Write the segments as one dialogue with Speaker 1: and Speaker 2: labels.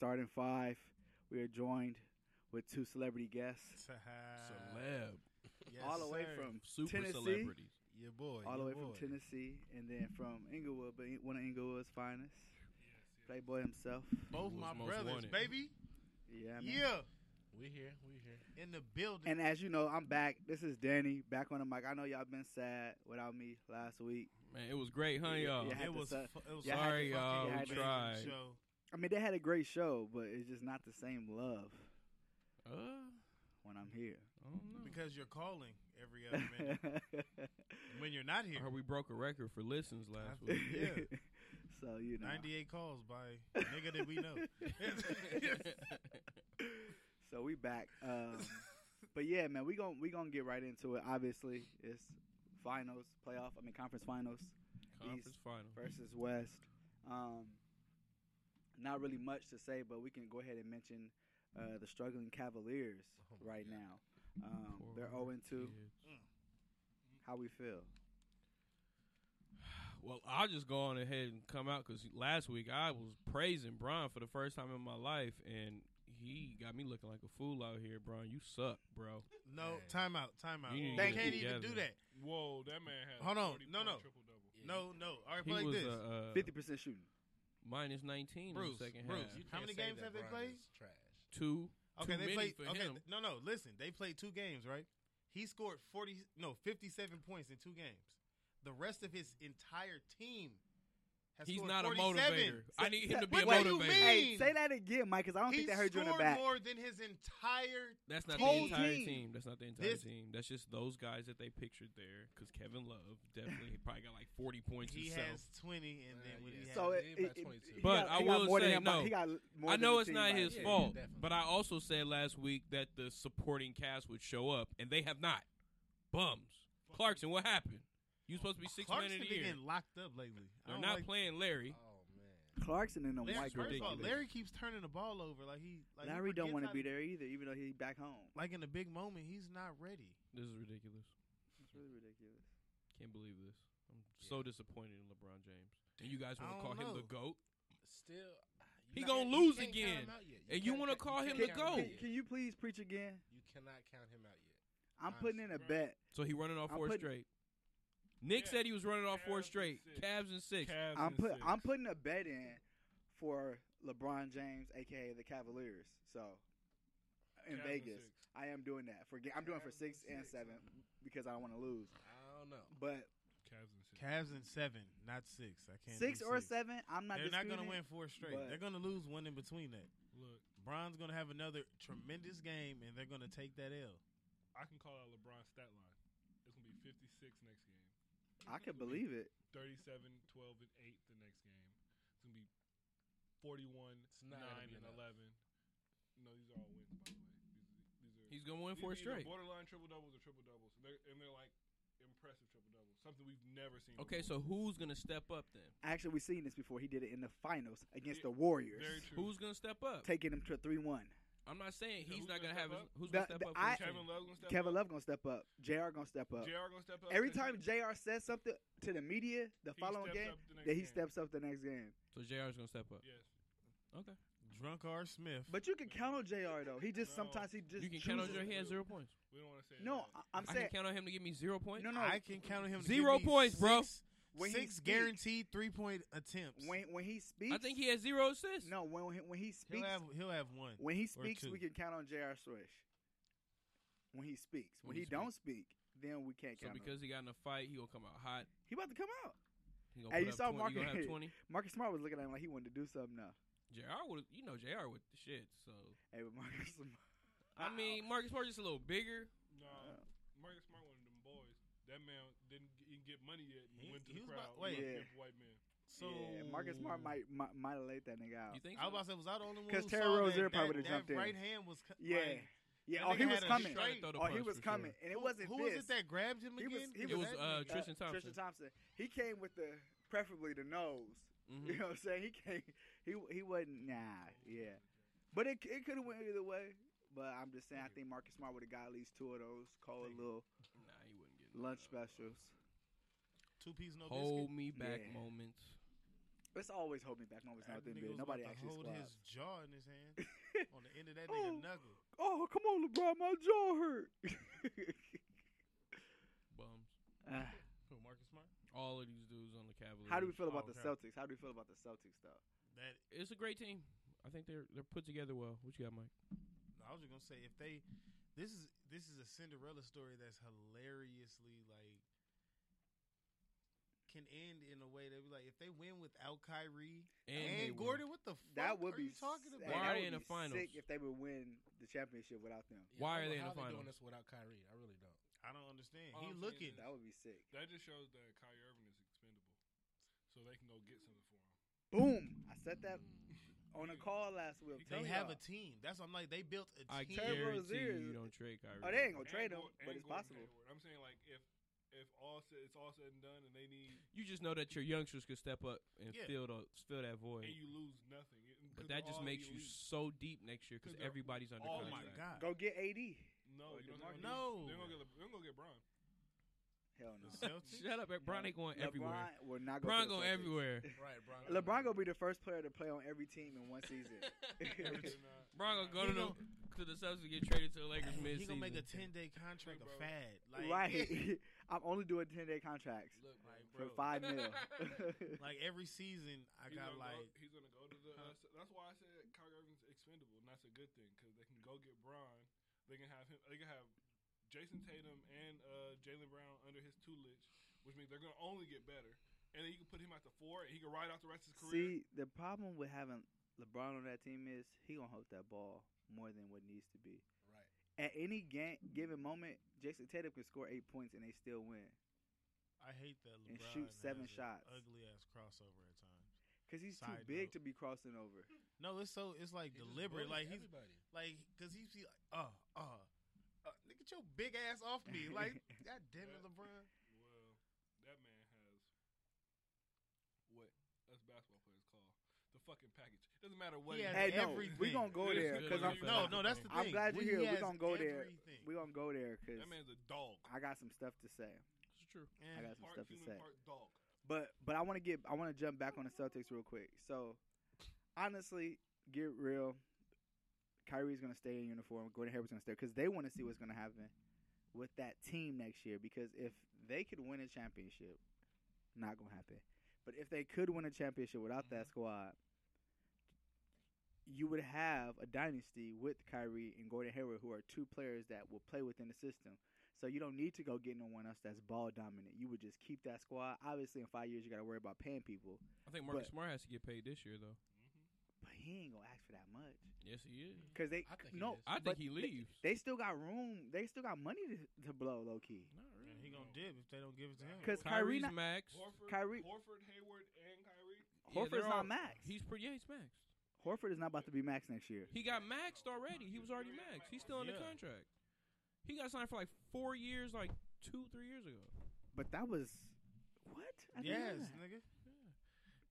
Speaker 1: 105, we are joined with two celebrity guests,
Speaker 2: Celeb.
Speaker 3: Yes,
Speaker 1: all the way
Speaker 3: sir.
Speaker 1: from
Speaker 2: Super
Speaker 1: Tennessee,
Speaker 2: celebrities.
Speaker 3: your boy.
Speaker 1: all the
Speaker 3: your
Speaker 1: way
Speaker 3: boy.
Speaker 1: from Tennessee, and then from Inglewood, but one of Inglewood's finest, Playboy himself.
Speaker 3: Both
Speaker 2: Who
Speaker 3: my
Speaker 2: was most
Speaker 3: brothers,
Speaker 2: wanted.
Speaker 3: baby.
Speaker 1: Yeah, I mean-
Speaker 3: Yeah,
Speaker 2: We here. We here.
Speaker 3: in the building.
Speaker 1: And as you know, I'm back. This is Danny back on the mic. I know y'all been sad without me last week.
Speaker 2: Man, it was great, huh, y'all?
Speaker 1: Yeah. had to
Speaker 3: it, was,
Speaker 1: su-
Speaker 3: fu- it was.
Speaker 1: y'all had
Speaker 2: Sorry,
Speaker 3: fucking
Speaker 2: y'all,
Speaker 1: we
Speaker 3: amazing
Speaker 2: tried.
Speaker 3: show.
Speaker 1: I mean, they had a great show, but it's just not the same love
Speaker 2: Uh,
Speaker 1: when I'm here.
Speaker 2: I don't know.
Speaker 3: because you're calling every other minute when you're not
Speaker 2: I
Speaker 3: here.
Speaker 2: heard we broke a record for listens last
Speaker 3: I-
Speaker 2: week.
Speaker 3: Yeah.
Speaker 1: so you know.
Speaker 3: Ninety-eight calls by nigga that we know.
Speaker 1: So we back. Um, but yeah, man, we gon' we gonna get right into it. Obviously, it's finals, playoff. I mean, conference finals
Speaker 2: Conference final.
Speaker 1: versus West. Um, not really much to say, but we can go ahead and mention uh, the struggling Cavaliers
Speaker 4: Oh,
Speaker 1: right now. Um,
Speaker 2: Poor
Speaker 1: they're
Speaker 3: oh
Speaker 1: zero two.
Speaker 2: kids.
Speaker 1: How we feel?
Speaker 2: Well, I'll just go on ahead and come out because last week I was praising Brian for the first time in my life, and he got me looking like a fool out here. Brian, you suck, bro.
Speaker 3: No, timeout, timeout.
Speaker 2: You
Speaker 3: You
Speaker 2: need
Speaker 1: to
Speaker 3: can't
Speaker 1: get
Speaker 3: even
Speaker 2: it together.
Speaker 3: do that.
Speaker 4: Whoa, that man had
Speaker 3: Hold
Speaker 4: a
Speaker 3: on.
Speaker 4: 40
Speaker 3: No,
Speaker 4: point
Speaker 3: no.
Speaker 4: triple-double.
Speaker 3: No, no. All right,
Speaker 2: He
Speaker 3: play
Speaker 2: was
Speaker 3: this.
Speaker 2: uh, uh,
Speaker 1: Fifty percent shooting.
Speaker 2: minus nineteen
Speaker 3: Bruce,
Speaker 2: in the second
Speaker 3: Bruce,
Speaker 2: half.
Speaker 3: you- How many games have they played?
Speaker 4: Trash.
Speaker 2: two.
Speaker 3: okay,
Speaker 2: too
Speaker 3: they
Speaker 2: many
Speaker 3: played.
Speaker 2: for
Speaker 3: Okay,
Speaker 2: him.
Speaker 3: th- no, no. Listen, they played two games, right? He scored forty, no, fifty-seven points in two games. The rest of his entire team has
Speaker 2: He's
Speaker 3: scored
Speaker 2: not a
Speaker 3: 47.
Speaker 2: motivator. I need him to be
Speaker 3: What
Speaker 2: a
Speaker 3: do you
Speaker 2: motivator.
Speaker 3: mean?
Speaker 1: Hey, say that again, Mike, because I don't
Speaker 3: He
Speaker 1: think they heard you in the
Speaker 3: scored
Speaker 1: back.
Speaker 3: more than his entire.
Speaker 2: That's not
Speaker 1: Whole
Speaker 2: the entire
Speaker 1: team.
Speaker 2: team. That's not the entire
Speaker 3: This-
Speaker 2: team. That's just those guys that they pictured there. Because Kevin Love definitely probably got like forty points
Speaker 3: He
Speaker 2: himself.
Speaker 3: has twenty, and then
Speaker 4: Uh,
Speaker 3: when
Speaker 4: yeah.
Speaker 3: he had,
Speaker 1: So
Speaker 4: Yeah,
Speaker 1: it,
Speaker 4: he
Speaker 1: it,
Speaker 4: about
Speaker 1: it-
Speaker 4: 22.
Speaker 1: he
Speaker 2: But
Speaker 1: got-
Speaker 2: I
Speaker 1: he got
Speaker 2: will
Speaker 1: more than
Speaker 2: say,
Speaker 1: him by-
Speaker 2: no.
Speaker 1: He got more
Speaker 2: I
Speaker 1: than
Speaker 2: know
Speaker 1: the
Speaker 2: it's
Speaker 1: team
Speaker 2: not
Speaker 1: by-
Speaker 2: his
Speaker 4: Yeah,
Speaker 2: fault,
Speaker 4: definitely.
Speaker 2: but I also said last week that the supporting cast would show up, and they have not. Bums. Clarkson, what happened? You supposed to be six men
Speaker 3: Clarkson
Speaker 2: in
Speaker 3: been
Speaker 2: the year.
Speaker 3: getting locked up lately. I
Speaker 2: They're
Speaker 3: don't
Speaker 2: not
Speaker 3: like-
Speaker 2: playing Larry.
Speaker 4: Oh man.
Speaker 1: Clarkson and them
Speaker 3: Larry,
Speaker 1: white
Speaker 3: first of all,
Speaker 2: ridiculous.
Speaker 3: Larry keeps turning the ball over like he. Like he
Speaker 1: Larry don't
Speaker 3: forgets
Speaker 1: want to
Speaker 3: how
Speaker 1: be there either, even though he's back home.
Speaker 3: Like in a big moment, he's not ready.
Speaker 2: This is ridiculous.
Speaker 1: It's really ridiculous.
Speaker 2: Can't believe this. I'm so disappointed in LeBron James. And you guys want
Speaker 3: I
Speaker 2: to call
Speaker 3: don't
Speaker 2: him the
Speaker 3: know.
Speaker 2: goat?
Speaker 4: Still, ah, you
Speaker 2: He
Speaker 4: not-
Speaker 2: gonna
Speaker 4: you
Speaker 2: lose
Speaker 4: can't count
Speaker 2: again.
Speaker 4: him out yet.
Speaker 2: And you
Speaker 4: can't-
Speaker 2: wan't to call him
Speaker 4: can't
Speaker 2: the
Speaker 4: count him
Speaker 2: goat.
Speaker 4: out
Speaker 1: Can
Speaker 4: yet.
Speaker 1: you please preach again?
Speaker 4: You cannot count him out yet.
Speaker 1: I'm
Speaker 4: Honestly,
Speaker 1: putting in a
Speaker 4: bro.
Speaker 1: bet.
Speaker 2: So he running off
Speaker 1: I'm
Speaker 2: four
Speaker 1: putting-
Speaker 2: straight. Nick
Speaker 4: Yeah.
Speaker 2: said he was running off
Speaker 4: Cavs
Speaker 2: four
Speaker 4: and
Speaker 2: straight.
Speaker 4: six.
Speaker 2: Cavs and six.
Speaker 4: Cavs
Speaker 1: I'm
Speaker 4: in
Speaker 1: put.
Speaker 4: six.
Speaker 1: I'm putting a bet in for LeBron James, aka the Cavaliers. So in
Speaker 4: Cavs and
Speaker 1: Vegas,
Speaker 4: six.
Speaker 1: I am doing that. For ga- I'm doing for
Speaker 4: Cavs
Speaker 1: six
Speaker 4: and
Speaker 1: and
Speaker 4: six,
Speaker 1: seven because I don't want to lose.
Speaker 4: I don't know.
Speaker 1: But
Speaker 4: Cavs and six.
Speaker 3: Cavs in seven, not six. I can't.
Speaker 1: six
Speaker 3: do
Speaker 1: or seven, I'm not.
Speaker 3: They're not going to
Speaker 1: disputing.
Speaker 3: win four straight.
Speaker 1: but-
Speaker 3: They're going to lose one in between that.
Speaker 4: Look,
Speaker 3: Bron's going to have another tremendous game, and they're going to take that L.
Speaker 4: I can call out LeBron's stat line. It's gonna be 56 next game,
Speaker 1: I could believe it.
Speaker 4: 37, 12, and 8 the next game. It's gonna be 41,
Speaker 5: It's not gonna
Speaker 4: 9,
Speaker 5: be
Speaker 4: and
Speaker 5: enough.
Speaker 4: 11. No, these are all wins, by the way. These, these are
Speaker 2: He's gonna win
Speaker 4: These
Speaker 2: four
Speaker 4: are either
Speaker 2: straight.
Speaker 4: Borderline triple doubles or triple doubles, and they're, and they're like impressive triple doubles. Something we've never seen.
Speaker 2: Okay, so
Speaker 4: before.
Speaker 2: who's gonna step up then?
Speaker 1: Actually, we've seen this before. He did it in the finals against the
Speaker 4: Yeah,
Speaker 1: Warriors,
Speaker 4: very true.
Speaker 2: Who's gonna step up?
Speaker 1: taking them to three one.
Speaker 2: I'm not saying
Speaker 4: So
Speaker 2: he's
Speaker 4: who's
Speaker 2: not
Speaker 4: gonna
Speaker 2: gonna have
Speaker 4: step
Speaker 2: his.
Speaker 4: up?
Speaker 2: Who's
Speaker 1: The-
Speaker 2: gonna step
Speaker 1: the-
Speaker 2: up?
Speaker 1: I-
Speaker 2: for
Speaker 4: Kevin Love gonna step
Speaker 1: Kevin
Speaker 4: up?
Speaker 1: Love gonna step up. Jr. gonna step up.
Speaker 4: Jr. gonna step up.
Speaker 1: Every
Speaker 4: He-
Speaker 1: time Jr. says something to the media, the
Speaker 4: He
Speaker 1: following
Speaker 4: steps
Speaker 1: game,
Speaker 4: up the
Speaker 1: that
Speaker 4: next
Speaker 1: he
Speaker 4: game.
Speaker 1: steps up the next game.
Speaker 2: So Jr's gonna step up.
Speaker 4: Yes.
Speaker 2: Okay,
Speaker 3: Drunk R. Smith.
Speaker 1: But you can count on Jr. though. He just
Speaker 4: No.
Speaker 1: sometimes he just
Speaker 2: you can count on
Speaker 1: chooses-
Speaker 2: Jr. He has zero points.
Speaker 4: We don't want to say
Speaker 1: No,
Speaker 4: that.
Speaker 1: I- I'm
Speaker 2: i
Speaker 1: saying
Speaker 2: can count on him to give me zero points.
Speaker 1: no, no.
Speaker 3: I can count on him. to
Speaker 2: Zero
Speaker 3: give me
Speaker 2: points, bro.
Speaker 3: six-
Speaker 1: When he
Speaker 3: six
Speaker 1: speaks-
Speaker 3: guaranteed three point attempts.
Speaker 1: when when he speaks,
Speaker 2: I think he has zero assists.
Speaker 1: no when when he, when he
Speaker 3: he'll
Speaker 1: speaks
Speaker 3: have he'll have one.
Speaker 1: when he
Speaker 3: or
Speaker 1: speaks
Speaker 3: two.
Speaker 1: we can count on Jr. Swish. When he speaks, when,
Speaker 2: When
Speaker 1: he,
Speaker 2: he
Speaker 1: don't speak, then we can't
Speaker 2: So
Speaker 1: count. on him.
Speaker 2: because he got in a fight, he gonna come out hot.
Speaker 1: he about to come out.
Speaker 2: He gonna
Speaker 1: Hey,
Speaker 2: put
Speaker 1: you
Speaker 2: up
Speaker 1: saw
Speaker 2: 20. He gonna have
Speaker 1: Marcus.
Speaker 2: twenty.
Speaker 1: Marcus Smart was looking at him like he wanted to do something now.
Speaker 2: Jr. would, you know, Jr. with the shit. So
Speaker 1: Hey, but Marcus Smart.
Speaker 2: I mean, Marcus Smart just a little bigger.
Speaker 4: No, Marcus Smart one of them boys. That man didn't get, didn't get money yet. And
Speaker 3: He-
Speaker 4: went to
Speaker 3: he was
Speaker 4: the crowd.
Speaker 3: about- wait.
Speaker 4: Look
Speaker 1: Yeah.
Speaker 4: at the white man.
Speaker 3: so
Speaker 1: yeah, Marcus Smart might might might have laid that nigga out.
Speaker 2: You think?
Speaker 3: I was
Speaker 2: So?
Speaker 3: about to say, was I the only one?
Speaker 1: 'Cause
Speaker 3: who
Speaker 1: Terry
Speaker 3: saw
Speaker 1: Rozier
Speaker 3: that,
Speaker 1: probably
Speaker 3: that,
Speaker 1: jumped in.
Speaker 3: that right hand was. cu-
Speaker 1: Yeah,
Speaker 3: like,
Speaker 1: yeah.
Speaker 3: that
Speaker 1: Oh, he
Speaker 3: nigga
Speaker 1: was
Speaker 3: had a
Speaker 1: coming.
Speaker 3: straight-
Speaker 2: Trying to throw the
Speaker 1: Oh, he
Speaker 2: punch
Speaker 1: was
Speaker 2: for
Speaker 1: coming,
Speaker 2: sure.
Speaker 1: and it
Speaker 3: Who-
Speaker 1: wasn't.
Speaker 3: Who
Speaker 1: this.
Speaker 3: was it that grabbed him
Speaker 1: He
Speaker 3: again?
Speaker 1: was- he
Speaker 2: It was
Speaker 1: that
Speaker 2: uh,
Speaker 3: nigga.
Speaker 2: Tristan Thompson.
Speaker 1: Tristan Thompson. He came with the preferably the nose.
Speaker 3: Mm-hmm.
Speaker 1: You know what I'm saying? He came. He he wasn't. Nah. Yeah. But it it could have went either way. But I'm just saying, I think Marcus Smart would have got at least two of those cold little
Speaker 2: Nah, he wouldn't get no
Speaker 1: lunch
Speaker 2: love.
Speaker 1: specials.
Speaker 3: two piece no
Speaker 2: Hold
Speaker 3: biscuit.
Speaker 2: me back
Speaker 1: Yeah.
Speaker 2: moments.
Speaker 1: It's always hold me back moments now
Speaker 3: That
Speaker 1: within
Speaker 3: nigga was
Speaker 1: big. Nobody
Speaker 3: about to
Speaker 1: actually
Speaker 3: hold
Speaker 1: squats.
Speaker 3: his jaw in his hand on the end of that nigga
Speaker 1: Oh.
Speaker 3: knuckle.
Speaker 1: Oh, come on, LeBron, my jaw hurt.
Speaker 2: Bums.
Speaker 1: Uh,
Speaker 3: Who, Marcus Smart?
Speaker 2: All of these dudes on the Cavaliers.
Speaker 1: how do we feel about
Speaker 3: Oh,
Speaker 1: the
Speaker 3: okay.
Speaker 1: Celtics? How do we feel about the Celtics though?
Speaker 3: That
Speaker 2: It's a great team. I think they're they're put together well. What you got, Mike?
Speaker 3: I was just gonna say if they, this is this is a Cinderella story that's hilariously like can end in a way that be like if they win without Kyrie and,
Speaker 2: they won.
Speaker 3: Gordon, what the fuck
Speaker 1: That would
Speaker 3: are
Speaker 1: be
Speaker 3: you talking
Speaker 1: sick.
Speaker 3: about?
Speaker 2: Why
Speaker 1: That would
Speaker 2: are they in
Speaker 1: be
Speaker 2: the finals?
Speaker 1: Sick if they would win the championship without them,
Speaker 5: Yeah,
Speaker 2: Why
Speaker 5: I don't
Speaker 2: are they
Speaker 5: know
Speaker 2: in the
Speaker 5: how doing
Speaker 2: finals?
Speaker 5: this without Kyrie? I really don't.
Speaker 3: I don't understand.
Speaker 4: All
Speaker 3: he
Speaker 4: I'm saying
Speaker 3: looking.
Speaker 4: is-
Speaker 1: that would be sick.
Speaker 4: That just shows that Kyrie Irving is expendable, so they can go get something for him.
Speaker 1: Boom! I said that on a call last week.
Speaker 4: They
Speaker 3: They
Speaker 1: Tell
Speaker 3: have
Speaker 1: y'all.
Speaker 3: a team. That's I'm like they built a
Speaker 2: I
Speaker 3: team.
Speaker 1: Terry
Speaker 2: guarantee
Speaker 1: Rozier
Speaker 2: you
Speaker 1: is-
Speaker 2: don't trade Kyrie.
Speaker 1: Oh, they ain't gonna
Speaker 4: And
Speaker 1: trade him,
Speaker 4: Gor-
Speaker 1: but
Speaker 4: and
Speaker 1: it's
Speaker 4: Gordon
Speaker 1: possible.
Speaker 4: Hayward. I'm saying like if if all said, it's all said and done, and they need
Speaker 2: You just know that your youngsters could step up and
Speaker 3: Yeah.
Speaker 2: fill the fill that void.
Speaker 4: and you lose nothing, it- 'cause
Speaker 2: But that
Speaker 4: they're
Speaker 2: just
Speaker 4: all
Speaker 2: makes you
Speaker 4: elite.
Speaker 2: so deep next year because
Speaker 4: Because they're
Speaker 2: everybody's under
Speaker 4: all
Speaker 3: Oh my
Speaker 2: contract.
Speaker 3: god.
Speaker 1: Go get AD.
Speaker 4: no,
Speaker 1: Oh,
Speaker 4: you
Speaker 1: DeMar-
Speaker 4: don't
Speaker 3: No.
Speaker 4: They're gonna get Le- they're gonna get Bron.
Speaker 1: Hell no.
Speaker 3: The Celtics.
Speaker 2: Shut up, Bron ain't going everywhere.
Speaker 1: LeBron will not go. to
Speaker 2: Bron
Speaker 1: the
Speaker 2: going
Speaker 1: Celtics.
Speaker 2: everywhere.
Speaker 5: Right, Bron.
Speaker 1: LeBron gonna be the first player to play on every team in one season.
Speaker 4: They're not-
Speaker 2: Bron
Speaker 4: they're
Speaker 2: gonna go to
Speaker 4: not-
Speaker 2: the to the Celtics and get traded to the Lakers mid
Speaker 3: he gonna
Speaker 2: season.
Speaker 3: make a ten day contract a
Speaker 4: Hey, bro.
Speaker 3: fad. Like,
Speaker 1: right. I'm only doing ten day contracts
Speaker 5: Look, bro.
Speaker 3: Like,
Speaker 1: for
Speaker 3: bro,
Speaker 1: five mil.
Speaker 3: Like every season, I
Speaker 4: he's
Speaker 3: got
Speaker 4: gonna
Speaker 3: like
Speaker 4: go, he's gonna go to the.
Speaker 3: Huh?
Speaker 4: that's- that's why I said Kyrie Irving's expendable, and that's a good thing because they can go get Bron. They can have him. They can have Jason Tatum and uh, Jalen Brown under his tutelage, which means they're gonna only get better. And then you can put him at the four, and he can ride out the rest of his career.
Speaker 1: See, the problem with having LeBron on that team is he gonna hope that ball more than what needs to be.
Speaker 5: Right.
Speaker 1: At any ga- given moment, Jason Tatum can score eight points and they still win
Speaker 3: I hate that
Speaker 1: And
Speaker 3: LeBron
Speaker 1: shoot seven
Speaker 3: has a
Speaker 1: shots.
Speaker 3: Ugly ass crossover at times.
Speaker 1: because he's too
Speaker 3: Side
Speaker 1: big
Speaker 3: note.
Speaker 1: to be crossing over.
Speaker 3: No, it's so it's like
Speaker 5: He just
Speaker 3: deliberate.
Speaker 5: bullies
Speaker 3: Like he's
Speaker 5: everybody.
Speaker 3: like because he's be like, uh, uh, uh, nigga, get your big ass off me. Like, god damn it, LeBron.
Speaker 4: Well, that man has what us basketball players call the fucking package. Doesn't matter what.
Speaker 3: He
Speaker 4: it
Speaker 3: has
Speaker 4: is.
Speaker 1: Hey, no, we
Speaker 3: everything.
Speaker 1: gonna go
Speaker 4: It is
Speaker 1: there
Speaker 2: good
Speaker 1: because I'm
Speaker 2: enough.
Speaker 3: No, no, that's the thing.
Speaker 1: I'm glad you're
Speaker 3: We-
Speaker 1: here.
Speaker 3: he
Speaker 1: We're
Speaker 3: has
Speaker 1: gonna go there.
Speaker 3: everything.
Speaker 1: We're gonna go there because
Speaker 4: that man's a dog.
Speaker 1: I got some stuff to say.
Speaker 2: It's true.
Speaker 3: Eh,
Speaker 1: I got some
Speaker 4: Part
Speaker 1: stuff to
Speaker 4: human,
Speaker 1: say.
Speaker 4: part dog.
Speaker 1: But but I want to get I want to jump back on the Celtics real quick. So honestly, get real. Kyrie's gonna stay in uniform. Gordon Hayward's gonna stay because they want to see what's gonna happen with that team next year. Because if they could win a championship, not gonna happen. But if they could win a championship without that squad, you would have a dynasty with Kyrie and Gordon Hayward, who are two players that will play within the system. So you don't need to go get no one else that's ball dominant. You would just keep that squad. Obviously, in five years, you got to worry about paying people,
Speaker 2: I think Marcus
Speaker 1: But-
Speaker 2: Smart has to get paid this year though.
Speaker 1: but he ain't gonna ask for that much
Speaker 2: Yes, he is.
Speaker 1: because they
Speaker 5: I think he
Speaker 1: no.
Speaker 5: is.
Speaker 2: I think
Speaker 1: but
Speaker 2: he
Speaker 1: they-
Speaker 2: leaves.
Speaker 1: They still got room. They still got money to, to blow, low key.
Speaker 2: Not
Speaker 3: And he gonna dip if they don't give it to him.
Speaker 1: 'Cause Kyrie
Speaker 2: Kyrie's
Speaker 1: not-
Speaker 2: max.
Speaker 4: Horford,
Speaker 1: Kyrie-
Speaker 4: Horford, Hayward, and Kyrie.
Speaker 2: Yeah,
Speaker 1: Horford's
Speaker 2: they're all-
Speaker 1: not max.
Speaker 2: He's pretty. Yeah, he's max.
Speaker 1: Horford is not about to be max next year.
Speaker 2: He got maxed already. He was already maxed. He's still under
Speaker 3: Yeah.
Speaker 2: contract. He got signed for like four years, like two, three years ago.
Speaker 1: But that was what? I didn't know
Speaker 3: Yes,
Speaker 1: that.
Speaker 3: nigga.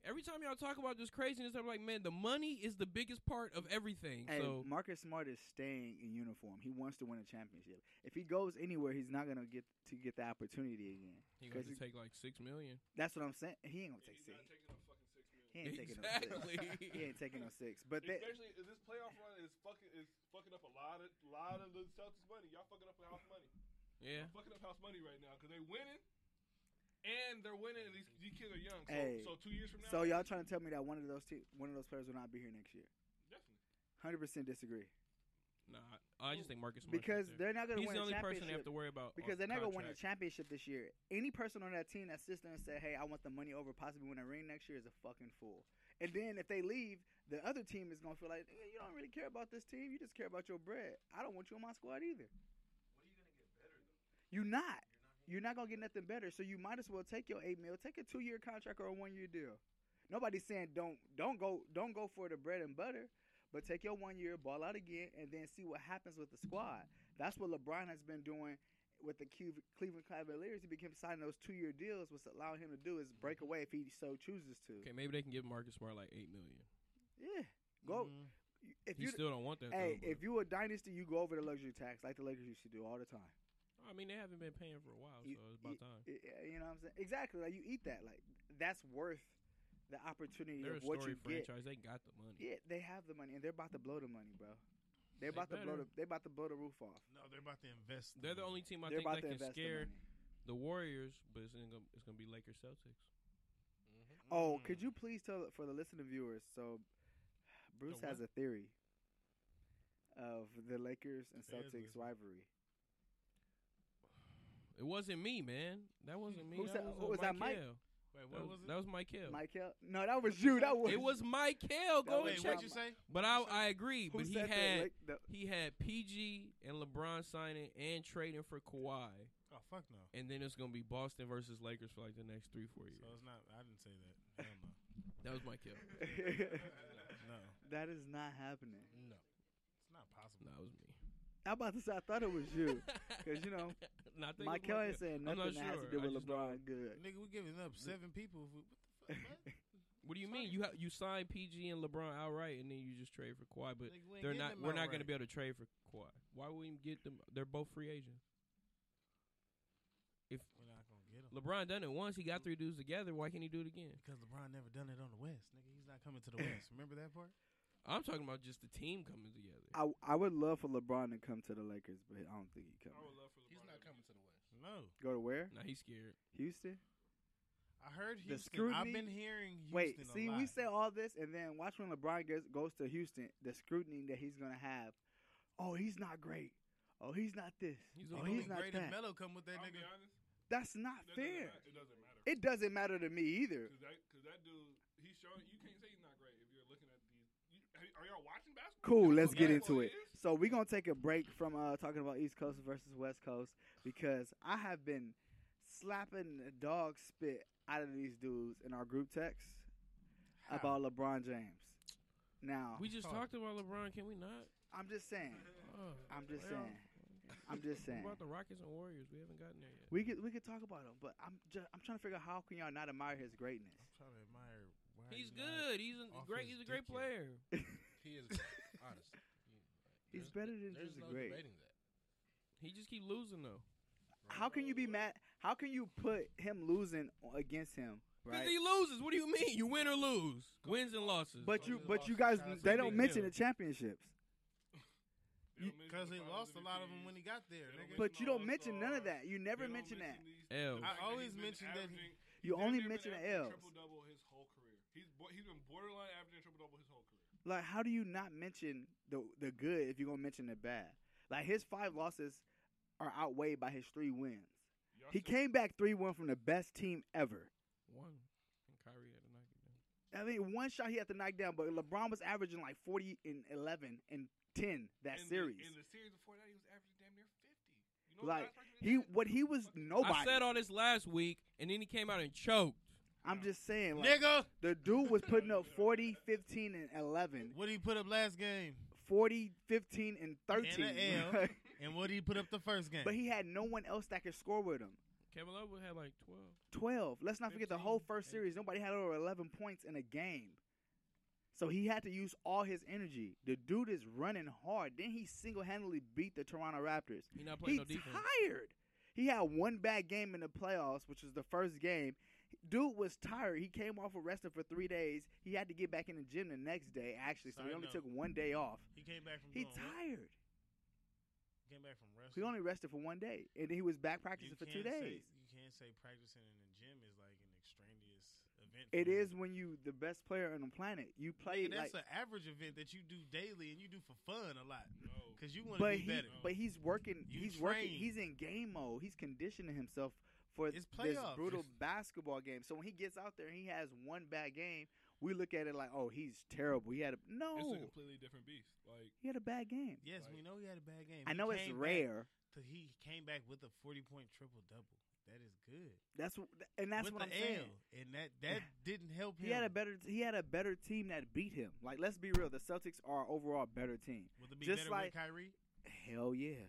Speaker 2: Every time y'all talk about this craziness, I'm like, man, the money is the biggest part of everything.
Speaker 1: Hey,
Speaker 2: so
Speaker 1: Marcus Smart is staying in uniform. He wants to win a championship. If he goes anywhere, he's not gonna get to get the opportunity again.
Speaker 2: he going to
Speaker 1: Cause-
Speaker 2: take like six million.
Speaker 1: That's what I'm saying. He ain't gonna
Speaker 4: He's
Speaker 1: take six.
Speaker 4: not taking no fucking six
Speaker 1: He
Speaker 4: million.
Speaker 1: ain't taking no six.
Speaker 2: Exactly.
Speaker 1: He ain't taking no six. But that,
Speaker 4: Especially if this playoff run is fucking is fucking up a lot of lot of the Celtics money. Y'all fucking up house money.
Speaker 2: Yeah.
Speaker 4: Y'all fucking up house money right now because they winning, and they're winning. And these, these kids are young. So,
Speaker 1: Hey.
Speaker 4: so two years from now,
Speaker 1: So y'all trying to tell me that one of those te- one of those players will not be here next year?
Speaker 4: definitely.
Speaker 1: Hundred percent disagree
Speaker 2: Nah, I just think Marcus Smart's
Speaker 1: because
Speaker 2: up
Speaker 1: they're
Speaker 2: there.
Speaker 1: not going to win
Speaker 2: he's the
Speaker 1: a
Speaker 2: only person
Speaker 1: championship.
Speaker 2: they have to worry about.
Speaker 1: because
Speaker 2: on
Speaker 1: they're not going to win a
Speaker 2: contract.
Speaker 1: championship this year. Any person on that team that sits there and said, "Hey, I want the money over possibly win a ring next year," is a fucking fool. And then if they leave, the other team is going to feel like "Eh, you don't really care about this team. You just care about your bread. I don't want you on my squad either. What are you going to get better though? You're not. You're not gonna get nothing better. So you might as well take your eight mil, take a two year contract or a one year deal. Nobody's saying don't don't go don't go for the bread and butter, but take your one year, ball out again, and then see what happens with the squad. That's what LeBron has been doing with the Cu- Cleveland Cavaliers. He became signing those two year deals, which allowing him to do is break away if he so chooses to.
Speaker 2: Okay, maybe they can give Marcus Smart like eight million.
Speaker 1: Yeah, go
Speaker 3: Mhm.
Speaker 1: if
Speaker 2: Mm-hmm. He
Speaker 1: you.
Speaker 2: still don't want that.
Speaker 1: Hey,
Speaker 2: though,
Speaker 1: if you a dynasty, you go over the luxury tax like the Lakers used to do all the time.
Speaker 2: but- I mean, they haven't been paying for a while, so
Speaker 1: You-
Speaker 2: it's about time.
Speaker 1: Y- You know what I'm saying? Exactly. Like you eat that. Like that's worth the opportunity
Speaker 2: They're a
Speaker 1: of what
Speaker 2: story
Speaker 1: you get.
Speaker 2: franchise. They got the money.
Speaker 1: Yeah, they have the money and they're about to blow the money, bro. They're
Speaker 2: They
Speaker 1: about to blow
Speaker 2: better.
Speaker 1: the they about to blow the roof off.
Speaker 3: No, they're about to invest.
Speaker 2: They're the only team I
Speaker 1: they're about
Speaker 2: think
Speaker 1: to
Speaker 2: that can
Speaker 1: invest the
Speaker 2: scare
Speaker 1: money.
Speaker 2: the Warriors, but it's gonna, it's gonna be Lakers Celtics.
Speaker 1: Oh,
Speaker 2: Mm.
Speaker 1: could you please tell for the listening viewers? So, Bruce
Speaker 3: The
Speaker 1: has a theory of the Lakers and
Speaker 3: Bears
Speaker 1: Celtics
Speaker 3: listen.
Speaker 1: rivalry.
Speaker 2: It wasn't me, man. That wasn't me.
Speaker 1: Who's that-
Speaker 2: that, was,
Speaker 1: who was that, Mike?
Speaker 2: Mikal.
Speaker 3: Wait,
Speaker 2: That
Speaker 3: what
Speaker 2: was,
Speaker 3: was it?
Speaker 2: that was Michael.
Speaker 1: Michael? No, that was you. That was
Speaker 2: It was Michael.
Speaker 1: That
Speaker 2: Go
Speaker 1: was
Speaker 3: Wait,
Speaker 2: and check.
Speaker 3: what'd
Speaker 1: Mike.
Speaker 3: you say?
Speaker 2: But I, I agree.
Speaker 1: Who
Speaker 2: But he
Speaker 1: said the
Speaker 2: had
Speaker 1: Lak- the-
Speaker 2: he had PG and LeBron signing and trading for Kawhi,
Speaker 3: Oh fuck no.
Speaker 2: and then it's gonna be Boston versus Lakers for like the next three four years.
Speaker 3: So it's not. I didn't say that. Hell no.
Speaker 2: That was Michael.
Speaker 3: No.
Speaker 1: that is not happening.
Speaker 3: No. It's not possible.
Speaker 2: No, it was me.
Speaker 1: I'm about to say I thought it was you because you know
Speaker 2: No, I think it was
Speaker 1: Michael ain't saying
Speaker 2: I'm
Speaker 1: nothing
Speaker 2: not
Speaker 1: that has to do
Speaker 2: sure. I
Speaker 1: with
Speaker 2: just know-
Speaker 1: LeBron. Good.
Speaker 3: Nigga, we giving up seven people. If we, what the fuck? What?
Speaker 2: What do you mean? You ha- you sign PG and LeBron outright, and then you just trade for Kawhi, but
Speaker 3: Nigga, we ain't
Speaker 2: they're
Speaker 3: getting
Speaker 2: not.
Speaker 3: them
Speaker 2: We're not
Speaker 3: outright.
Speaker 2: going to be able to trade for Kawhi. Why would we get them? They're both free agents.
Speaker 3: We're not gonna get him
Speaker 2: LeBron done it once. He got three dudes together. Why can't he do it again?
Speaker 3: because LeBron never done it on the West. Nigga, he's not coming to the West. Remember that part?
Speaker 2: I'm talking about just the team coming together.
Speaker 1: I I would love for LeBron to come to the Lakers, but I don't think he
Speaker 4: I would
Speaker 1: coming.
Speaker 4: love for LeBron.
Speaker 5: He's
Speaker 4: to
Speaker 5: not
Speaker 4: be-
Speaker 5: coming to the West.
Speaker 3: No.
Speaker 1: Go to where?
Speaker 2: Now he's scared.
Speaker 1: Houston.
Speaker 3: I heard
Speaker 1: The
Speaker 3: Houston. I've
Speaker 1: scrutiny-
Speaker 3: been hearing Houston
Speaker 1: Wait,
Speaker 3: a
Speaker 1: see,
Speaker 3: lot.
Speaker 1: we say all this, and then watch when LeBron gets, goes to Houston, the scrutiny that he's gonna have. Oh, he's not great. Oh, he's not this.
Speaker 2: He's
Speaker 1: oh,
Speaker 2: only
Speaker 1: he's not
Speaker 3: great
Speaker 1: that.
Speaker 3: if Melo come with that
Speaker 4: I'll be
Speaker 3: nigga.
Speaker 4: honest.
Speaker 1: That's not
Speaker 4: that doesn't
Speaker 1: fair.
Speaker 4: matter- It doesn't matter.
Speaker 1: It doesn't matter to me either.
Speaker 4: Cause that, cause that dude, he's showing. You can't say he's not great if you're looking at these. You, have y- are y'all watching basketball?
Speaker 1: Cool,
Speaker 4: That's
Speaker 1: let's
Speaker 4: what
Speaker 1: get into
Speaker 4: basketball
Speaker 1: it.
Speaker 4: is?
Speaker 1: So we're gonna take a break from uh, talking about East Coast versus West Coast because I have been slapping the dog spit out of these dudes in our group text
Speaker 3: How?
Speaker 1: about LeBron James. Now
Speaker 2: We just
Speaker 3: Oh.
Speaker 2: talked about LeBron. Can we not?
Speaker 1: I'm just saying.
Speaker 2: Oh,
Speaker 1: I'm just
Speaker 2: well,
Speaker 1: saying. I'm just
Speaker 2: What
Speaker 1: saying.
Speaker 2: about the Rockets and Warriors? We haven't gotten there yet.
Speaker 1: We could we could talk about him, but I'm just I'm trying to figure out how can y'all not admire his greatness.
Speaker 3: I'm trying to admire. Why are
Speaker 2: he's
Speaker 3: you not-
Speaker 2: good. He's a
Speaker 3: off
Speaker 2: great.
Speaker 3: his
Speaker 2: He's a great
Speaker 3: dick yet?
Speaker 2: player.
Speaker 5: He is great, honestly.
Speaker 1: He's
Speaker 5: There's-
Speaker 1: better than
Speaker 5: there's
Speaker 1: just
Speaker 5: no
Speaker 1: great.
Speaker 5: debating that.
Speaker 2: He just keep losing though.
Speaker 1: How can you be mad? How can you put him losing against him,
Speaker 2: Because
Speaker 1: right?
Speaker 2: he loses. What do you mean? You win or lose. Wins and losses.
Speaker 1: But
Speaker 5: Cause
Speaker 1: you
Speaker 5: he
Speaker 1: but
Speaker 5: lost
Speaker 1: you
Speaker 5: to
Speaker 1: guys
Speaker 5: Cavs.
Speaker 1: they
Speaker 5: Big
Speaker 1: don't mention
Speaker 2: deal.
Speaker 1: the championships.
Speaker 4: They don't mention
Speaker 3: Because
Speaker 4: the
Speaker 3: he
Speaker 4: finals
Speaker 3: lost a lot of them
Speaker 4: MVPs.
Speaker 3: when he got there.
Speaker 4: They don't
Speaker 3: Nigga.
Speaker 4: mention
Speaker 1: But you
Speaker 4: the
Speaker 1: don't mention none of
Speaker 4: All-Stars.
Speaker 1: that. You
Speaker 4: They
Speaker 1: never
Speaker 4: don't
Speaker 1: mention that.
Speaker 4: these-
Speaker 2: L.
Speaker 4: the fact that
Speaker 3: always
Speaker 4: he's been
Speaker 3: mention that he-
Speaker 4: averaging-
Speaker 1: You
Speaker 4: damn
Speaker 1: only
Speaker 4: near been
Speaker 1: mention the
Speaker 4: averaging
Speaker 1: L's.
Speaker 4: Triple double his whole career. He's bo- he's been borderline averaging triple double his whole career.
Speaker 1: Like how do you not mention the the good if you're gonna mention the bad? Like his five losses are outweighed by his three wins.
Speaker 4: Y'all
Speaker 1: He
Speaker 4: still-
Speaker 1: came back three one from the best team ever.
Speaker 2: One. And Kyrie had a knock it down.
Speaker 1: I mean, one shot he had to knock down, but LeBron was averaging like forty and eleven and ten that
Speaker 4: in
Speaker 1: series.
Speaker 4: The, in the series before that, he was averaging damn near fifty. You know
Speaker 1: Like,
Speaker 4: what the last person
Speaker 1: he
Speaker 4: that did?
Speaker 1: what he was
Speaker 4: Fucking-
Speaker 1: nobody.
Speaker 2: I said all this last week, and then he came out and choked.
Speaker 1: I'm just saying, like,
Speaker 3: Nigga,
Speaker 1: the dude was putting up 40, 15, and 11.
Speaker 3: what he put up last game,
Speaker 1: 40, 15, and 13.
Speaker 3: And a L. and what he put up the first game.
Speaker 1: but he had no one else that could score with him.
Speaker 2: Kevin Love would have like twelve.
Speaker 1: 12. Let's not forget the whole
Speaker 2: 15,
Speaker 1: first series. Nobody had over 11 points in a game. So he had to use all his energy. The dude is running hard. Then he single handedly beat the Toronto Raptors.
Speaker 2: He not
Speaker 1: He's
Speaker 2: playing no defense.
Speaker 1: tired. He had one bad game in the playoffs, which was the first game. Dude was tired. He came off arrested for three days. He had to get back in the gym the next day, actually. So he
Speaker 3: Side
Speaker 1: only
Speaker 3: note.
Speaker 1: took one day off.
Speaker 3: He came back from.
Speaker 1: He
Speaker 3: going, what?
Speaker 1: tired.
Speaker 3: Came back from wrestling.
Speaker 1: He only rested for one day, and he was back
Speaker 3: You
Speaker 1: practicing for two
Speaker 3: can't say-
Speaker 1: days.
Speaker 3: you can't say practicing in the gym is like an extraneous event.
Speaker 1: It
Speaker 3: for him.
Speaker 1: is when you the best player on the planet. You play
Speaker 3: Mm-hmm. Nigga,
Speaker 1: like,
Speaker 3: that's an average event that you do daily and you do for fun a lot
Speaker 4: No.
Speaker 3: because you want to
Speaker 1: but
Speaker 3: be
Speaker 1: he,
Speaker 3: better.
Speaker 1: but he's working.
Speaker 3: You
Speaker 1: he's working.
Speaker 3: train.
Speaker 1: He's in game mode. He's conditioning himself for
Speaker 3: It's
Speaker 1: this
Speaker 3: playoffs.
Speaker 1: brutal basketball game. So when he gets out there and he has one bad game, we look at it like, oh, he's terrible. He had a
Speaker 4: It's
Speaker 1: no.
Speaker 4: a completely different beast. Like
Speaker 1: He had a bad game.
Speaker 3: yes,
Speaker 4: Like-
Speaker 3: we know he had a bad game.
Speaker 1: I
Speaker 3: He
Speaker 1: know it's
Speaker 3: came back
Speaker 1: rare.
Speaker 3: To, he came back with a forty-point triple-double. That is good.
Speaker 1: That's what, and that's
Speaker 3: with
Speaker 1: what I'm
Speaker 3: the
Speaker 1: saying.
Speaker 3: L, and that that didn't help him.
Speaker 1: He had a better he had a better team that beat him. Like let's be real, the Celtics are overall better team.
Speaker 3: Will it be
Speaker 1: just
Speaker 3: better
Speaker 1: like-
Speaker 3: with Kyrie?
Speaker 1: Hell yeah.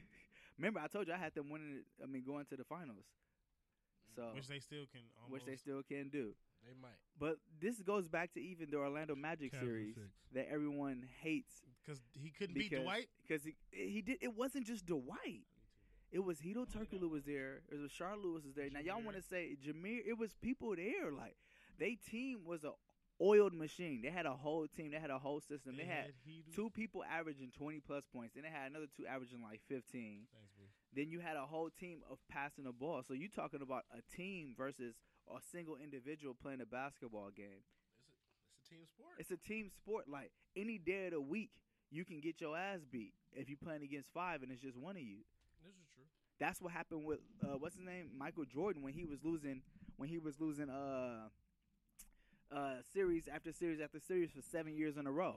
Speaker 1: Remember I told you I had them winning it- I mean going to the finals. So
Speaker 3: Which they still can. Almost,
Speaker 1: which they still can do.
Speaker 5: They might.
Speaker 1: But this goes back to even the Orlando Magic
Speaker 4: Cavs in
Speaker 1: series
Speaker 4: six.
Speaker 1: that everyone hates
Speaker 3: because he couldn't beat
Speaker 1: because
Speaker 3: Dwight.
Speaker 1: because he, he did it wasn't just Dwight. It was Hito Turkoglu was there. It was Charles Lewis was there. Now y'all
Speaker 3: Jameer.
Speaker 1: want to say Jameer? It was people there. Like They team was a oiled machine. They had a whole team. They had a whole system. They had two people averaging 20 plus points. Then they had another two averaging like 15.
Speaker 5: Thanks, boo.
Speaker 1: Then you had a whole team of passing the ball. So you talking about a team versus a single individual playing a basketball game.
Speaker 5: It's a, it's a team sport.
Speaker 1: It's a team sport. Like any day of the week, you can get your ass beat if you're playing against five and it's just one of you.
Speaker 5: this is true.
Speaker 1: That's what happened with uh, what's his name, Michael Jordan, when he was losing, when he was losing uh, uh, series after series after series for seven years in a row.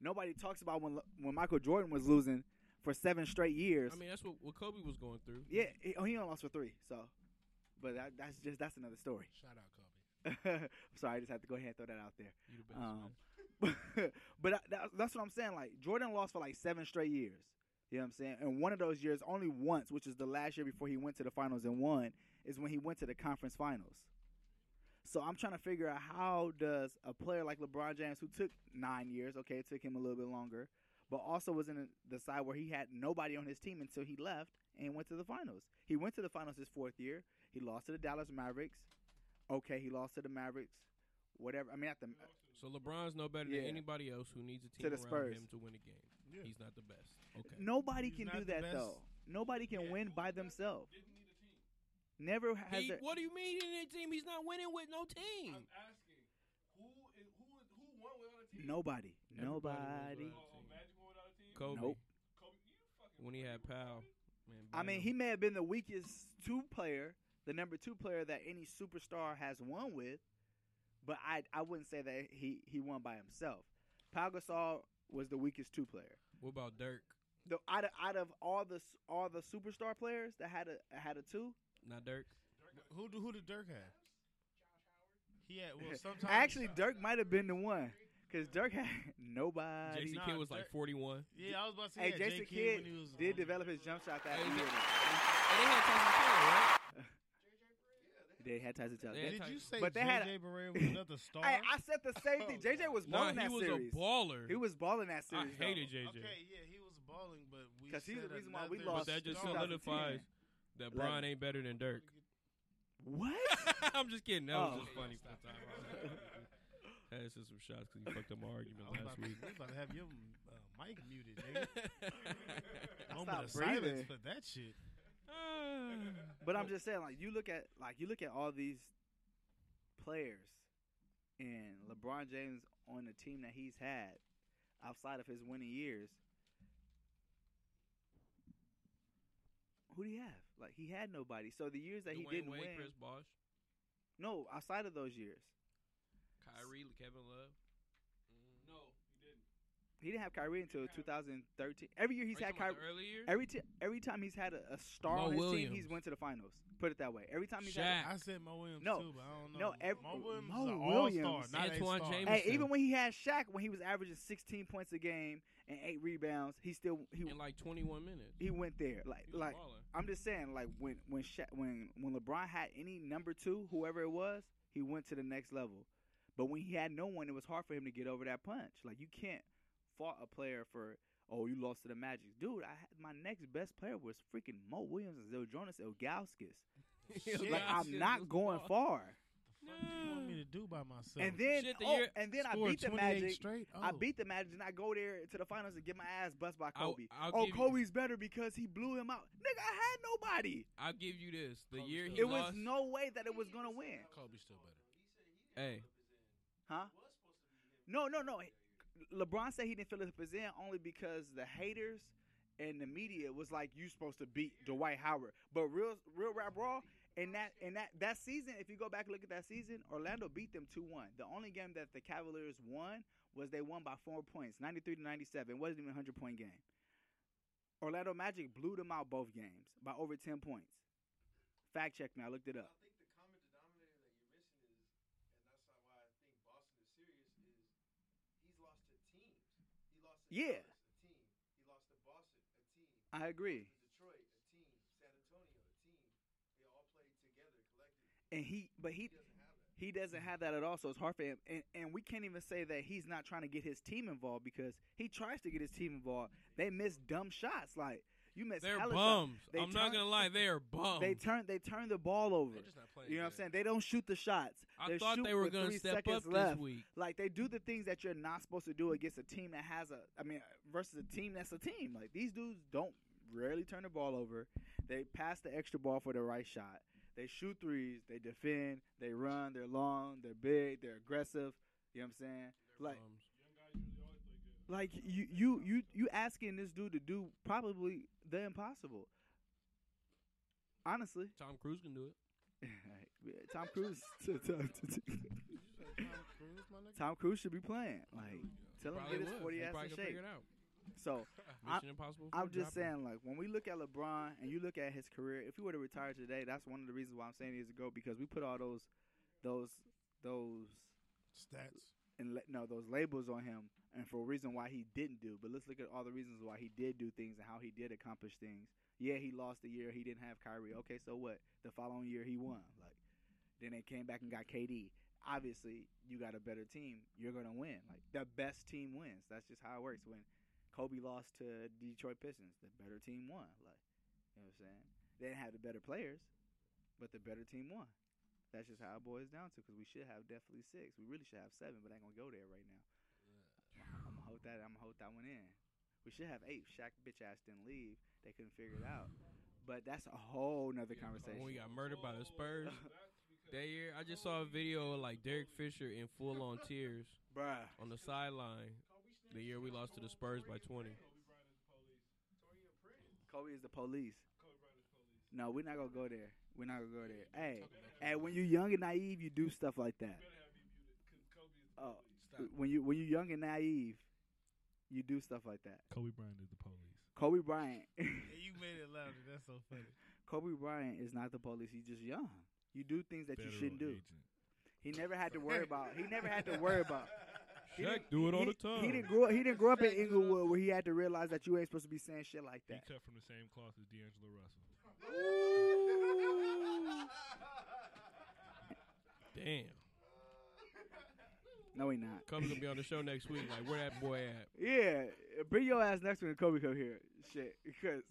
Speaker 1: Nobody talks about when when Michael Jordan was losing for seven straight years.
Speaker 2: I mean, that's what, what Kobe was going through.
Speaker 1: yeah, he, oh, he only lost for three. So, but that, that's just that's another story.
Speaker 5: Shout out, Kobe.
Speaker 1: Sorry, I just had to go ahead and throw that out there.
Speaker 2: You the best,
Speaker 1: Um,
Speaker 2: man.
Speaker 1: but I, that, that's what I'm saying. Like Jordan lost for like seven straight years. You know what I'm saying? And one of those years, only once, which is the last year before he went to the finals and won, is when he went to the conference finals. So I'm trying to figure out how does a player like LeBron James, who took nine years, okay, it took him a little bit longer, but also was in the side where he had nobody on his team until he left and went to the finals. He went to the finals his fourth year. He lost to the Dallas Mavericks. Okay, he lost to the Mavericks. Whatever. I mean, at the
Speaker 2: So LeBron's no better
Speaker 1: Yeah.
Speaker 2: than anybody else who needs a
Speaker 1: the
Speaker 2: team around
Speaker 1: Spurs.
Speaker 2: him to win a game.
Speaker 3: Yeah.
Speaker 2: He's not the best. Okay.
Speaker 1: Nobody
Speaker 3: He's
Speaker 1: can
Speaker 3: not
Speaker 1: do
Speaker 3: the
Speaker 1: that
Speaker 3: best.
Speaker 1: though. Nobody can
Speaker 4: Yeah.
Speaker 1: win by themselves.
Speaker 4: Didn't need a team.
Speaker 1: Never has
Speaker 2: He-
Speaker 1: there-
Speaker 2: what do you mean he didn't team? He's not winning with no team.
Speaker 5: Hmm.
Speaker 4: I'm asking who is who is who won without a team?
Speaker 1: nobody.
Speaker 2: Everybody wins
Speaker 1: Nobody.
Speaker 2: without-
Speaker 4: Oh, oh, Magic won without a team.
Speaker 2: Kobe.
Speaker 1: Nope.
Speaker 4: Kobe, you fucking
Speaker 2: When he had
Speaker 4: crazy,
Speaker 2: Powell.
Speaker 4: Kobe.
Speaker 2: Man,
Speaker 1: I mean, he may have been the weakest two player, the number two player that any superstar has won with, but I I wouldn't say that he he won by himself. Pau Gasol was the weakest two player.
Speaker 2: What about Dirk?
Speaker 1: The out of, out of all the s- all the superstar players that had a had a two,
Speaker 2: Not Dirk.
Speaker 3: Who do who did Dirk have? He had well sometimes
Speaker 1: actually Dirk might have been the one because Dirk had nobody.
Speaker 2: Jason
Speaker 3: Nah,
Speaker 2: Kidd was like Oh,
Speaker 3: Dirk-
Speaker 2: 41.
Speaker 3: Yeah, I was about to say
Speaker 1: Hey,
Speaker 3: yeah,
Speaker 1: Jason
Speaker 3: J.
Speaker 1: Kidd
Speaker 3: when he was um,
Speaker 1: did develop his jump shot that
Speaker 2: Hey,
Speaker 1: year.
Speaker 2: And they had Tyson
Speaker 1: They had Tyson Chandler.
Speaker 2: Yeah,
Speaker 1: They-
Speaker 3: Did you say
Speaker 1: But they
Speaker 3: JJ
Speaker 1: had
Speaker 3: Barea was another star?
Speaker 1: Hey, I said the same thing. JJ was
Speaker 2: Kidd, right?
Speaker 1: balling
Speaker 2: Nah, Uh-huh. he
Speaker 1: that
Speaker 2: was
Speaker 1: series.
Speaker 2: a baller.
Speaker 1: He was balling that
Speaker 2: I
Speaker 1: series.
Speaker 2: hated
Speaker 1: though.
Speaker 2: JJ.
Speaker 3: Okay, yeah, he was balling, but we
Speaker 1: 'Cause he's
Speaker 3: said
Speaker 1: the reason why we
Speaker 3: another
Speaker 1: lost
Speaker 2: But that just
Speaker 1: in
Speaker 3: star.
Speaker 1: 2010.
Speaker 2: solidifies that
Speaker 1: Eleven.
Speaker 2: Brian ain't better than Dirk.
Speaker 1: What?
Speaker 2: I'm just kidding. That was
Speaker 1: Oh.
Speaker 2: just funny. for the time. I had to send some shots because you fucked up my argument
Speaker 3: I was about,
Speaker 2: last
Speaker 3: to-
Speaker 2: week.
Speaker 3: we about to have your uh, mic muted, nigga. Moment
Speaker 1: stopped
Speaker 3: of silence
Speaker 1: breathing.
Speaker 3: for that shit.
Speaker 1: But I'm just saying, like you look at like you look at all these players, and LeBron James on the team that he's had outside of his winning years. Who do you have? Like he had nobody. So the years that he
Speaker 2: Dwayne
Speaker 1: didn't
Speaker 2: Wade,
Speaker 1: win,
Speaker 2: Chris Bosh,
Speaker 1: no, outside of those years,
Speaker 2: Kyrie, Kevin Love.
Speaker 4: No, he didn't.
Speaker 1: he didn't have Kyrie until 2013. Every year he's
Speaker 2: Are
Speaker 1: had
Speaker 2: you talking
Speaker 1: Kyrie.
Speaker 2: about the earlier?
Speaker 1: Every t- every time he's had a, a star
Speaker 2: Mo
Speaker 1: on his team,
Speaker 2: Williams.
Speaker 1: he's went to the finals. Put it that way. Every time he's
Speaker 2: Shaq.
Speaker 3: I said Mo Williams
Speaker 1: No,
Speaker 3: too, but I don't know.
Speaker 1: no, ev-
Speaker 3: Mo Williams
Speaker 1: Mo
Speaker 3: is an
Speaker 1: Williams.
Speaker 3: all-star, not
Speaker 2: Antoine
Speaker 3: a star.
Speaker 2: James.
Speaker 1: had, hey,
Speaker 2: Anderson.
Speaker 1: even when he had Shaq, when he was averaging 16 points a game and eight rebounds, he still he
Speaker 2: in like 21 minutes.
Speaker 1: he went there. Like
Speaker 2: He was
Speaker 1: like
Speaker 2: balling.
Speaker 1: I'm just saying, like when when Sha- when when LeBron had any number two, whoever it was, he went to the next level. But when he had no one, it was hard for him to get over that punch. Like you can't fault a player for oh you lost to the Magic, dude. I had, my next best player was freaking Mo Williams and Zil Jonas Ilgauskas.
Speaker 2: He was
Speaker 3: Shit.
Speaker 1: Like
Speaker 3: Yeah,
Speaker 1: I'm
Speaker 2: shit,
Speaker 1: not
Speaker 2: let's
Speaker 1: going
Speaker 2: ball.
Speaker 1: far.
Speaker 3: The fuck do you want me to do by myself?
Speaker 1: And then
Speaker 2: Shit, the
Speaker 1: oh,
Speaker 2: year-
Speaker 1: and then I
Speaker 3: Scored
Speaker 1: beat the
Speaker 3: 28
Speaker 1: Magic.
Speaker 3: Straight? Oh.
Speaker 1: I beat the Magic and I go there to the finals and get my ass bust by
Speaker 2: I'll-
Speaker 1: Kobe.
Speaker 2: I'll
Speaker 1: oh,
Speaker 2: give you-
Speaker 1: Kobe's better because he blew him out. Nigga, I had nobody.
Speaker 2: I'll give you this. The
Speaker 5: Kobe
Speaker 2: year
Speaker 5: still
Speaker 2: he
Speaker 1: it
Speaker 2: lost,
Speaker 1: was no way that it was gonna win,
Speaker 5: Kobe's still better.
Speaker 2: hey,
Speaker 1: huh? No, no, no. LeBron said he didn't feel his position only because the haters and the media was like, "You supposed to beat Dwight Howard." But real, real rap raw. And that and that that season, if you go back and look at that season, Orlando beat them two one. The only game that the Cavaliers won was they won by four points, ninety three to ninety seven. It wasn't even a hundred point game. Orlando Magic blew them out both games by over ten points. Fact check me, I looked it up. Yeah. I agree. And he, but he, he doesn't have that at all. So it's hard for him. And and we can't even say that he's not trying to get his team involved because he tries to get his team involved. They miss dumb shots. Like You missed.
Speaker 2: They're
Speaker 1: hella shots.
Speaker 2: bums.
Speaker 1: They
Speaker 2: I'm not
Speaker 1: turn-
Speaker 2: gonna lie, they are bums.
Speaker 1: They turn they turn the ball over.
Speaker 5: They're just not playing.
Speaker 1: You know what I'm
Speaker 5: good.
Speaker 1: saying? They don't shoot the shots.
Speaker 2: I
Speaker 1: They
Speaker 2: thought
Speaker 1: shoot
Speaker 2: they were
Speaker 1: with
Speaker 2: gonna
Speaker 1: three
Speaker 2: step
Speaker 1: seconds
Speaker 2: up
Speaker 1: left.
Speaker 2: this week.
Speaker 1: Like they do the things that you're not supposed to do against a team that has a. I mean, versus a team that's a team. Like these dudes don't rarely turn the ball over. They pass the extra ball for the right shot. They shoot threes. They defend. They run. They're long. They're big. They're aggressive. You know what I'm saying? Like
Speaker 2: Bums.
Speaker 4: Young guys usually always play good.
Speaker 1: like you you you you asking this dude to do probably the impossible. Honestly,
Speaker 2: Tom Cruise can do it.
Speaker 1: Tom Cruise.
Speaker 5: Did you say Tom Cruise, my nigga?
Speaker 1: Tom Cruise should be playing. Like, tell him to
Speaker 2: Probably
Speaker 1: get his
Speaker 2: would.
Speaker 1: forty
Speaker 2: They
Speaker 1: ass
Speaker 2: probably
Speaker 1: in
Speaker 2: can
Speaker 1: shape.
Speaker 2: figure it out.
Speaker 1: So I-
Speaker 2: Mission Impossible.
Speaker 1: I'm
Speaker 2: four
Speaker 1: just
Speaker 2: dropping.
Speaker 1: saying, like, when we look at LeBron and you look at his career, if he were to retire today, that's one of the reasons why I'm saying years ago because we put all those, those, those,
Speaker 5: Stats.
Speaker 1: and no, those labels on him, and for a reason why he didn't do. But let's look at all the reasons why he did do things and how he did accomplish things. Yeah, he lost the year. He didn't have Kyrie. Okay, so what? The following year he won. Like, then they came back and got KD. Obviously, you got a better team. You're gonna win. Like the best team wins. That's just how it works. When Kobe lost to Detroit Pistons, the better team won. Like, you know what I'm saying? They didn't have the better players, but the better team won. That's just how it boils down to. Because we should have definitely six. We really should have seven, but I ain't gonna go there right now. I'm gonna hold that. I'm gonna hold that one in. We should have eight. Shaq bitch ass didn't leave. They couldn't figure it out. But that's a whole nother
Speaker 4: Yeah, but
Speaker 1: conversation.
Speaker 2: When we got murdered by the
Speaker 4: Whoa,
Speaker 2: Spurs
Speaker 4: that's because-
Speaker 2: that year, I just saw a video of like Derek Fisher in full on tears
Speaker 1: Bruh.
Speaker 2: on the sideline. The year we lost to the Spurs by 20.
Speaker 4: Kobe Bryant is the police.
Speaker 1: Kobe is the police.
Speaker 4: Kobe Bryant is the police.
Speaker 1: No, we're not gonna go there. We're not gonna go there. Hey,
Speaker 5: Talking about
Speaker 1: hey, when you're young and naive, you do stuff like that.
Speaker 4: You better have me muted because Kobe is the
Speaker 1: Oh.
Speaker 4: police.
Speaker 5: Stop.
Speaker 1: When you when you're young and naive, you do stuff like that.
Speaker 4: Kobe Bryant is the police.
Speaker 1: Kobe Bryant,
Speaker 3: Yeah, you made it louder. That's so funny.
Speaker 1: Kobe Bryant is not the police. He's just young. You do things that you shouldn't do. He never had to worry about. He never had to worry about. He
Speaker 2: Shaq
Speaker 1: didn't-
Speaker 2: do it all
Speaker 1: he-
Speaker 2: the time.
Speaker 1: He didn't grow. He didn't grow up in Inglewood where he had to realize that you ain't supposed to be saying shit like
Speaker 4: He
Speaker 1: that.
Speaker 4: cut from the same cloth as D'Angelo Russell.
Speaker 2: Damn.
Speaker 1: No, he not.
Speaker 2: Kobe gonna be on the show next week. Like where that boy at?
Speaker 1: Yeah, bring your ass next when Kobe come here. Shit, because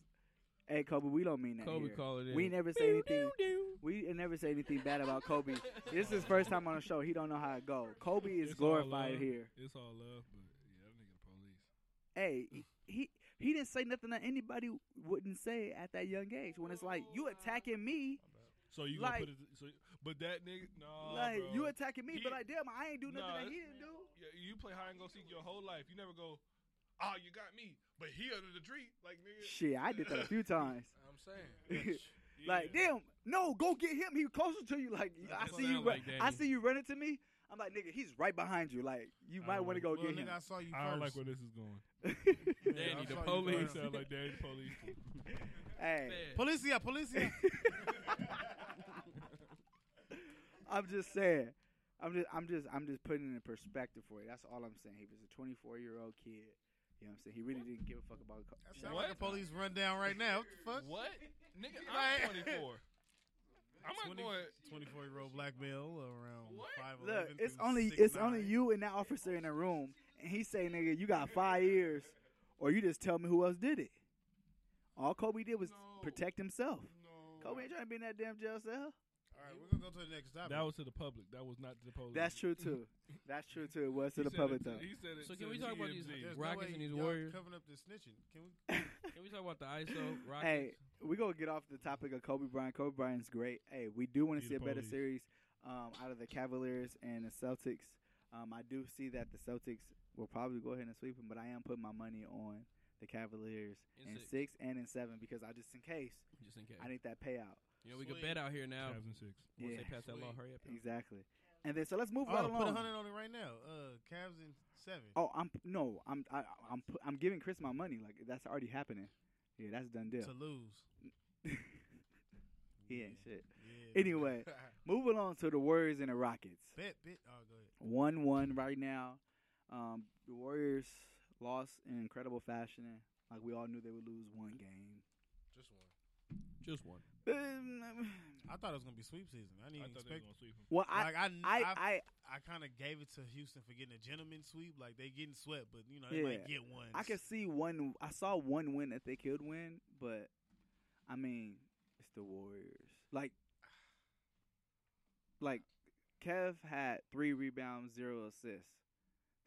Speaker 1: hey Kobe, we don't mean that.
Speaker 2: Kobe
Speaker 1: here.
Speaker 2: call it in.
Speaker 1: We never say anything.
Speaker 2: do.
Speaker 1: We never say anything bad about Kobe. This is his first time on the show. He don't know how it go. Kobe is
Speaker 4: It's all
Speaker 1: glorified
Speaker 4: love.
Speaker 1: here.
Speaker 4: It's all love, but yeah, that nigga the
Speaker 1: Hey,
Speaker 4: police.
Speaker 1: he- he he didn't say nothing that anybody wouldn't say at that young age. When it's like you attacking me,
Speaker 4: So you
Speaker 1: Like-
Speaker 4: gonna put it? So, but that nigga, no,
Speaker 1: like
Speaker 4: bro.
Speaker 1: you attacking me,
Speaker 4: He-
Speaker 1: but like damn, I ain't do nothing
Speaker 4: Nah,
Speaker 1: that he
Speaker 4: this-
Speaker 1: didn't do.
Speaker 4: Yeah, you play hide and go seek your whole life. You never go, oh, you got me, but he under the tree, like nigga.
Speaker 1: Shit, I did that a few times.
Speaker 5: I'm saying.
Speaker 4: Yeah.
Speaker 1: Like, damn, no, go get him. He closer to you. Like, I
Speaker 2: Slow
Speaker 1: see you.
Speaker 2: down,
Speaker 1: Run,
Speaker 2: like,
Speaker 1: I
Speaker 2: Danny.
Speaker 1: see you running to me. I'm like, nigga, he's right behind you. Like, you
Speaker 4: I
Speaker 1: might
Speaker 4: don't
Speaker 1: want to go
Speaker 3: Well,
Speaker 1: get
Speaker 3: nigga, I
Speaker 1: him.
Speaker 3: saw you
Speaker 4: I don't like
Speaker 3: first.
Speaker 4: where this is going.
Speaker 3: Yeah, I
Speaker 2: Danny, the
Speaker 3: saw you
Speaker 2: police.
Speaker 3: first.
Speaker 4: sound like Danny Police.
Speaker 1: hey,
Speaker 3: Policia, policia.
Speaker 1: I'm just saying. I'm just, I'm just, I'm just putting it in perspective for you. That's all I'm saying. He was a 24 year old kid. You know what I'm saying? He really didn't give a fuck about. Co-
Speaker 3: That
Speaker 1: Shaq.
Speaker 3: sound like a police rundown right now. What the fuck?
Speaker 2: What? Nigga,
Speaker 3: Right.
Speaker 2: I'm 24. I'm not
Speaker 3: 20
Speaker 2: going.
Speaker 3: 24 year old black male around
Speaker 2: What?
Speaker 3: five
Speaker 1: Look, it's only, it's only you and that officer in the room, and he say, nigga, you got five years, or you just tell me who else did it. All Kobe did was
Speaker 4: No.
Speaker 1: protect himself.
Speaker 4: no.
Speaker 1: Kobe ain't trying to be in that damn jail cell.
Speaker 3: All right, we're gonna go to the next topic.
Speaker 4: That was to the public. That was not to the police.
Speaker 1: That's true too. That's true too. It was
Speaker 4: He
Speaker 1: to the
Speaker 4: said
Speaker 1: public
Speaker 4: it to-
Speaker 1: though.
Speaker 4: He said it
Speaker 2: So
Speaker 4: to
Speaker 2: can we
Speaker 4: the
Speaker 2: talk about these-
Speaker 4: TMZ.
Speaker 3: There's
Speaker 2: Rockets
Speaker 3: no way
Speaker 2: and these
Speaker 3: y'all
Speaker 2: Warriors.
Speaker 3: covering up the snitching. Can we?
Speaker 2: Can we talk about the ISO Rockets?
Speaker 1: Hey, we gonna get off the topic of Kobe Bryant. Kobe Bryant's great. Hey, we do want
Speaker 4: He
Speaker 1: to
Speaker 4: the
Speaker 1: see a better
Speaker 4: police.
Speaker 1: series um, out of the Cavaliers and the Celtics. Um, I do see that the Celtics will probably go ahead and sweep them, but I am putting my money on the Cavaliers
Speaker 2: In
Speaker 1: in,
Speaker 2: six.
Speaker 1: six. and in seven because I just in case
Speaker 2: Just in case.
Speaker 1: I need that payout.
Speaker 2: You know we can
Speaker 3: Sweet.
Speaker 2: bet out here now.
Speaker 4: Cavs and six.
Speaker 2: Once
Speaker 1: Yeah,
Speaker 2: they pass that law,
Speaker 3: Sweet.
Speaker 2: hurry up. y'all.
Speaker 1: exactly. And then so let's move
Speaker 3: Oh,
Speaker 1: right
Speaker 3: put a
Speaker 1: along.
Speaker 3: hundred on it right now. Uh, Cavs in seven.
Speaker 1: Oh, I'm no, I'm I, I'm pu- I'm giving Chris my money. Like that's already happening. Yeah, that's a done deal.
Speaker 3: to lose.
Speaker 1: He ain't shit.
Speaker 3: Yeah.
Speaker 1: Anyway, moving on to the Warriors and the Rockets.
Speaker 3: bet, bet. Oh, go ahead.
Speaker 1: One one right now. Um, the Warriors lost in incredible fashion. Like we all knew they would lose one game.
Speaker 5: Just one.
Speaker 2: Just one.
Speaker 3: I thought it was gonna be sweep season. I
Speaker 4: I
Speaker 3: didn't even
Speaker 4: thought they
Speaker 3: expect.
Speaker 4: were gonna sweep him.
Speaker 1: Well, I,
Speaker 3: like I,
Speaker 1: I,
Speaker 3: I, I,
Speaker 1: I,
Speaker 3: kind of gave it to Houston for getting a gentleman sweep. Like they getting swept, but you know they might get one.
Speaker 1: I could see one. I saw one win that they could win, but I mean, it's the Warriors. Like, like Kev had three rebounds, zero assists.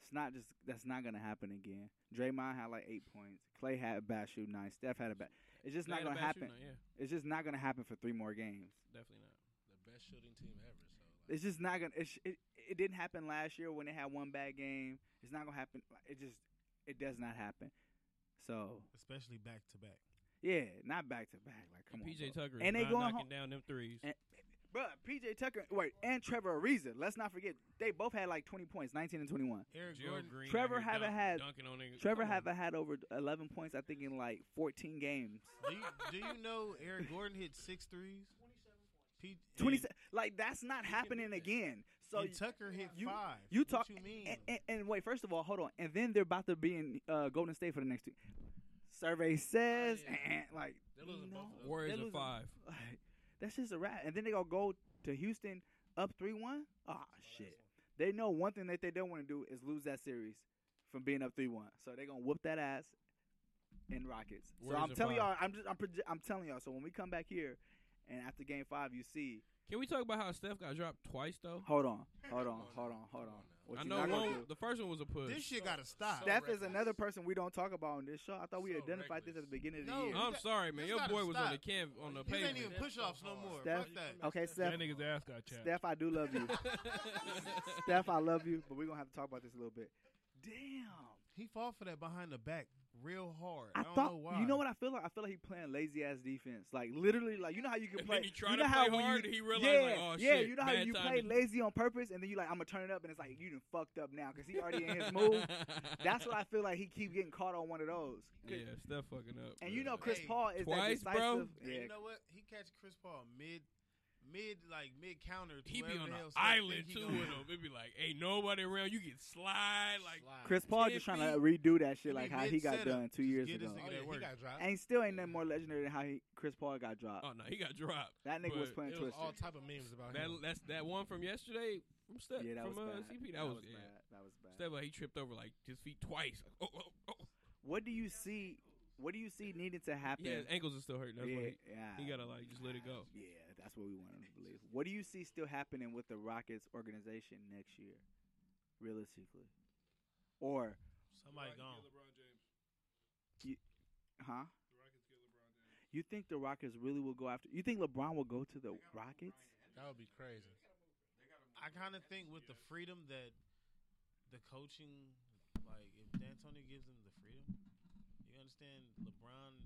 Speaker 1: It's not just that's not gonna happen again. Draymond had like eight points. Clay had a bad shoot nine. Steph had a bad. It's just
Speaker 2: They
Speaker 1: not
Speaker 2: had a
Speaker 1: gonna
Speaker 2: bad
Speaker 1: happen.
Speaker 2: shooting night, yeah,
Speaker 1: It's just not gonna happen for three more games.
Speaker 2: definitely not.
Speaker 6: The best shooting team ever. So like,
Speaker 1: It's just not gonna. It's, it it didn't happen last year when they had one bad game. It's not gonna happen. It just it does not happen. So
Speaker 3: especially back to back.
Speaker 1: Yeah, not back to back. Like, come
Speaker 2: And
Speaker 1: on,
Speaker 2: PJ
Speaker 1: bro.
Speaker 2: Tucker,
Speaker 1: And they
Speaker 2: not
Speaker 1: going
Speaker 2: knocking
Speaker 1: home-
Speaker 2: down them threes.
Speaker 1: And- Bruh, PJ Tucker, wait, and Trevor Ariza. Let's not forget they both had like twenty points, nineteen and twenty-one.
Speaker 3: Eric
Speaker 2: Gerald
Speaker 3: Gordon,
Speaker 2: Green out
Speaker 1: Trevor
Speaker 2: here
Speaker 1: haven't
Speaker 2: dunk-
Speaker 1: had-
Speaker 2: dunking on niggas.
Speaker 1: Trevor
Speaker 2: Come on.
Speaker 1: have had over eleven points, I think, in like fourteen games.
Speaker 3: do you, do you know Eric Gordon hit six threes? P- and-
Speaker 1: Twenty, like that's not
Speaker 6: He can do
Speaker 1: happening
Speaker 6: that.
Speaker 1: again. So
Speaker 3: and Tucker hit
Speaker 1: you-
Speaker 3: five.
Speaker 1: you
Speaker 3: What
Speaker 1: talk
Speaker 3: you mean?
Speaker 1: and, and, and wait, first of all, hold on, and then they're about to be in uh, Golden State for the next two. Survey says,
Speaker 6: yeah.
Speaker 1: eh, eh, like
Speaker 6: they're losing
Speaker 1: no.
Speaker 6: both of them.
Speaker 2: Warriors
Speaker 1: They
Speaker 2: at
Speaker 1: losing-
Speaker 2: five.
Speaker 1: Like, that's just a wrap. And then they gonna go to Houston up three one. Ah shit. They know one thing that they don't want to do is lose that series from being up three one. So they gonna whoop that ass in Rockets.
Speaker 2: Warriors
Speaker 1: so I'm
Speaker 2: in
Speaker 1: telling
Speaker 2: five.
Speaker 1: y'all, I'm just I'm, proje- I'm telling y'all. So when we come back here and after game five, you see.
Speaker 2: Can we talk about how Steph got dropped twice though?
Speaker 1: Hold on, hold
Speaker 6: Come
Speaker 1: on,
Speaker 6: on
Speaker 1: hold on,
Speaker 6: now,
Speaker 1: hold
Speaker 6: come
Speaker 1: on.
Speaker 6: on now.
Speaker 1: What
Speaker 2: I
Speaker 1: you
Speaker 2: know
Speaker 1: not gonna
Speaker 2: one,
Speaker 1: do.
Speaker 2: the first one was a push.
Speaker 3: this shit gotta stop.
Speaker 6: so-
Speaker 1: Steph is
Speaker 6: reckless.
Speaker 1: another person we don't talk about on this show. I thought we
Speaker 6: So
Speaker 1: identified this at the
Speaker 6: reckless.
Speaker 1: beginning of the
Speaker 3: No,
Speaker 1: year.
Speaker 2: I'm
Speaker 3: This-
Speaker 2: sorry, man.
Speaker 3: this
Speaker 2: Your
Speaker 3: gotta
Speaker 2: boy was on the
Speaker 3: stop.
Speaker 2: canv on the
Speaker 3: This ain't
Speaker 2: pavement.
Speaker 3: even push-ups no more.
Speaker 1: Steph-
Speaker 6: Fuck that.
Speaker 1: okay, Steph.
Speaker 4: That nigga's ass got chapped.
Speaker 1: Steph, I do love you. Steph, I love you, but we're gonna have to talk about this a little bit. Damn.
Speaker 3: He fought for that behind the back real hard.
Speaker 1: I,
Speaker 3: don't
Speaker 1: thought
Speaker 3: know why.
Speaker 1: you know what I feel like. I feel like he playing lazy ass defense. Like literally, like you know how you can
Speaker 2: And
Speaker 1: play.
Speaker 2: then he tried
Speaker 1: you know
Speaker 2: to
Speaker 1: how
Speaker 2: play
Speaker 1: when you-
Speaker 2: hard. and he realized,
Speaker 1: yeah,
Speaker 2: like, oh
Speaker 1: yeah.
Speaker 2: shit,
Speaker 1: You know how
Speaker 2: bad
Speaker 1: you play
Speaker 2: timing.
Speaker 1: lazy on purpose, and then you like, I'm gonna turn it up, and it's like you done fucked up now because he already in his move. That's what I feel like. He keep getting caught on one of those.
Speaker 2: Yeah, Steph fucking up.
Speaker 1: And you
Speaker 2: bro.
Speaker 1: know Chris
Speaker 3: Hey,
Speaker 1: Paul is
Speaker 2: twice,
Speaker 1: that
Speaker 2: bro?
Speaker 1: decisive.
Speaker 3: And
Speaker 1: Yeah.
Speaker 3: You know what? He catch Chris Paul mid, mid like mid counter. to
Speaker 2: he be
Speaker 3: wherever
Speaker 2: on
Speaker 3: the
Speaker 2: an
Speaker 3: hell Steph think
Speaker 2: island
Speaker 3: he
Speaker 2: too
Speaker 3: gonna
Speaker 2: with him. It'd be like, ain't nobody around. You get slide like
Speaker 6: Slide.
Speaker 1: Chris Paul just trying to redo that shit like how he got
Speaker 3: Mid-setup.
Speaker 1: done two
Speaker 3: Just
Speaker 1: years
Speaker 3: get this
Speaker 1: ago.
Speaker 3: Nigga,
Speaker 6: Oh,
Speaker 3: that
Speaker 6: yeah, he
Speaker 3: worked.
Speaker 6: got dropped.
Speaker 1: Ain't still ain't nothing more legendary than how he, Chris Paul got dropped.
Speaker 2: Oh no, he got dropped.
Speaker 1: that nigga was
Speaker 2: but
Speaker 1: playing
Speaker 6: It was
Speaker 1: Twister.
Speaker 6: all type of memes about
Speaker 2: That
Speaker 6: him.
Speaker 2: that's that one from yesterday from Steph
Speaker 1: Yeah, that
Speaker 2: from
Speaker 1: was
Speaker 2: uh,
Speaker 1: bad.
Speaker 2: CP. That, was, yeah.
Speaker 1: bad. That was bad.
Speaker 2: Steph like he tripped over like his feet twice. Oh, oh, oh.
Speaker 1: What do you see? What do you see needing to happen?
Speaker 2: Yeah, his ankles are still hurting. That's
Speaker 1: yeah,
Speaker 2: why he,
Speaker 1: yeah.
Speaker 2: he gotta like just let it go.
Speaker 1: Yeah, that's what we wanted to believe. What do you see still happening with the Rockets organization next year, realistically? Or
Speaker 3: Somebody
Speaker 4: The Rockets
Speaker 3: gone.
Speaker 4: get LeBron James.
Speaker 1: huh?
Speaker 4: The Rockets get LeBron James.
Speaker 1: You think the Rockets really will go after? You think LeBron will go to the Rockets?
Speaker 6: That would be crazy.
Speaker 3: I kind of think with the freedom that the coaching, like if D'Antoni gives him the freedom, you understand LeBron.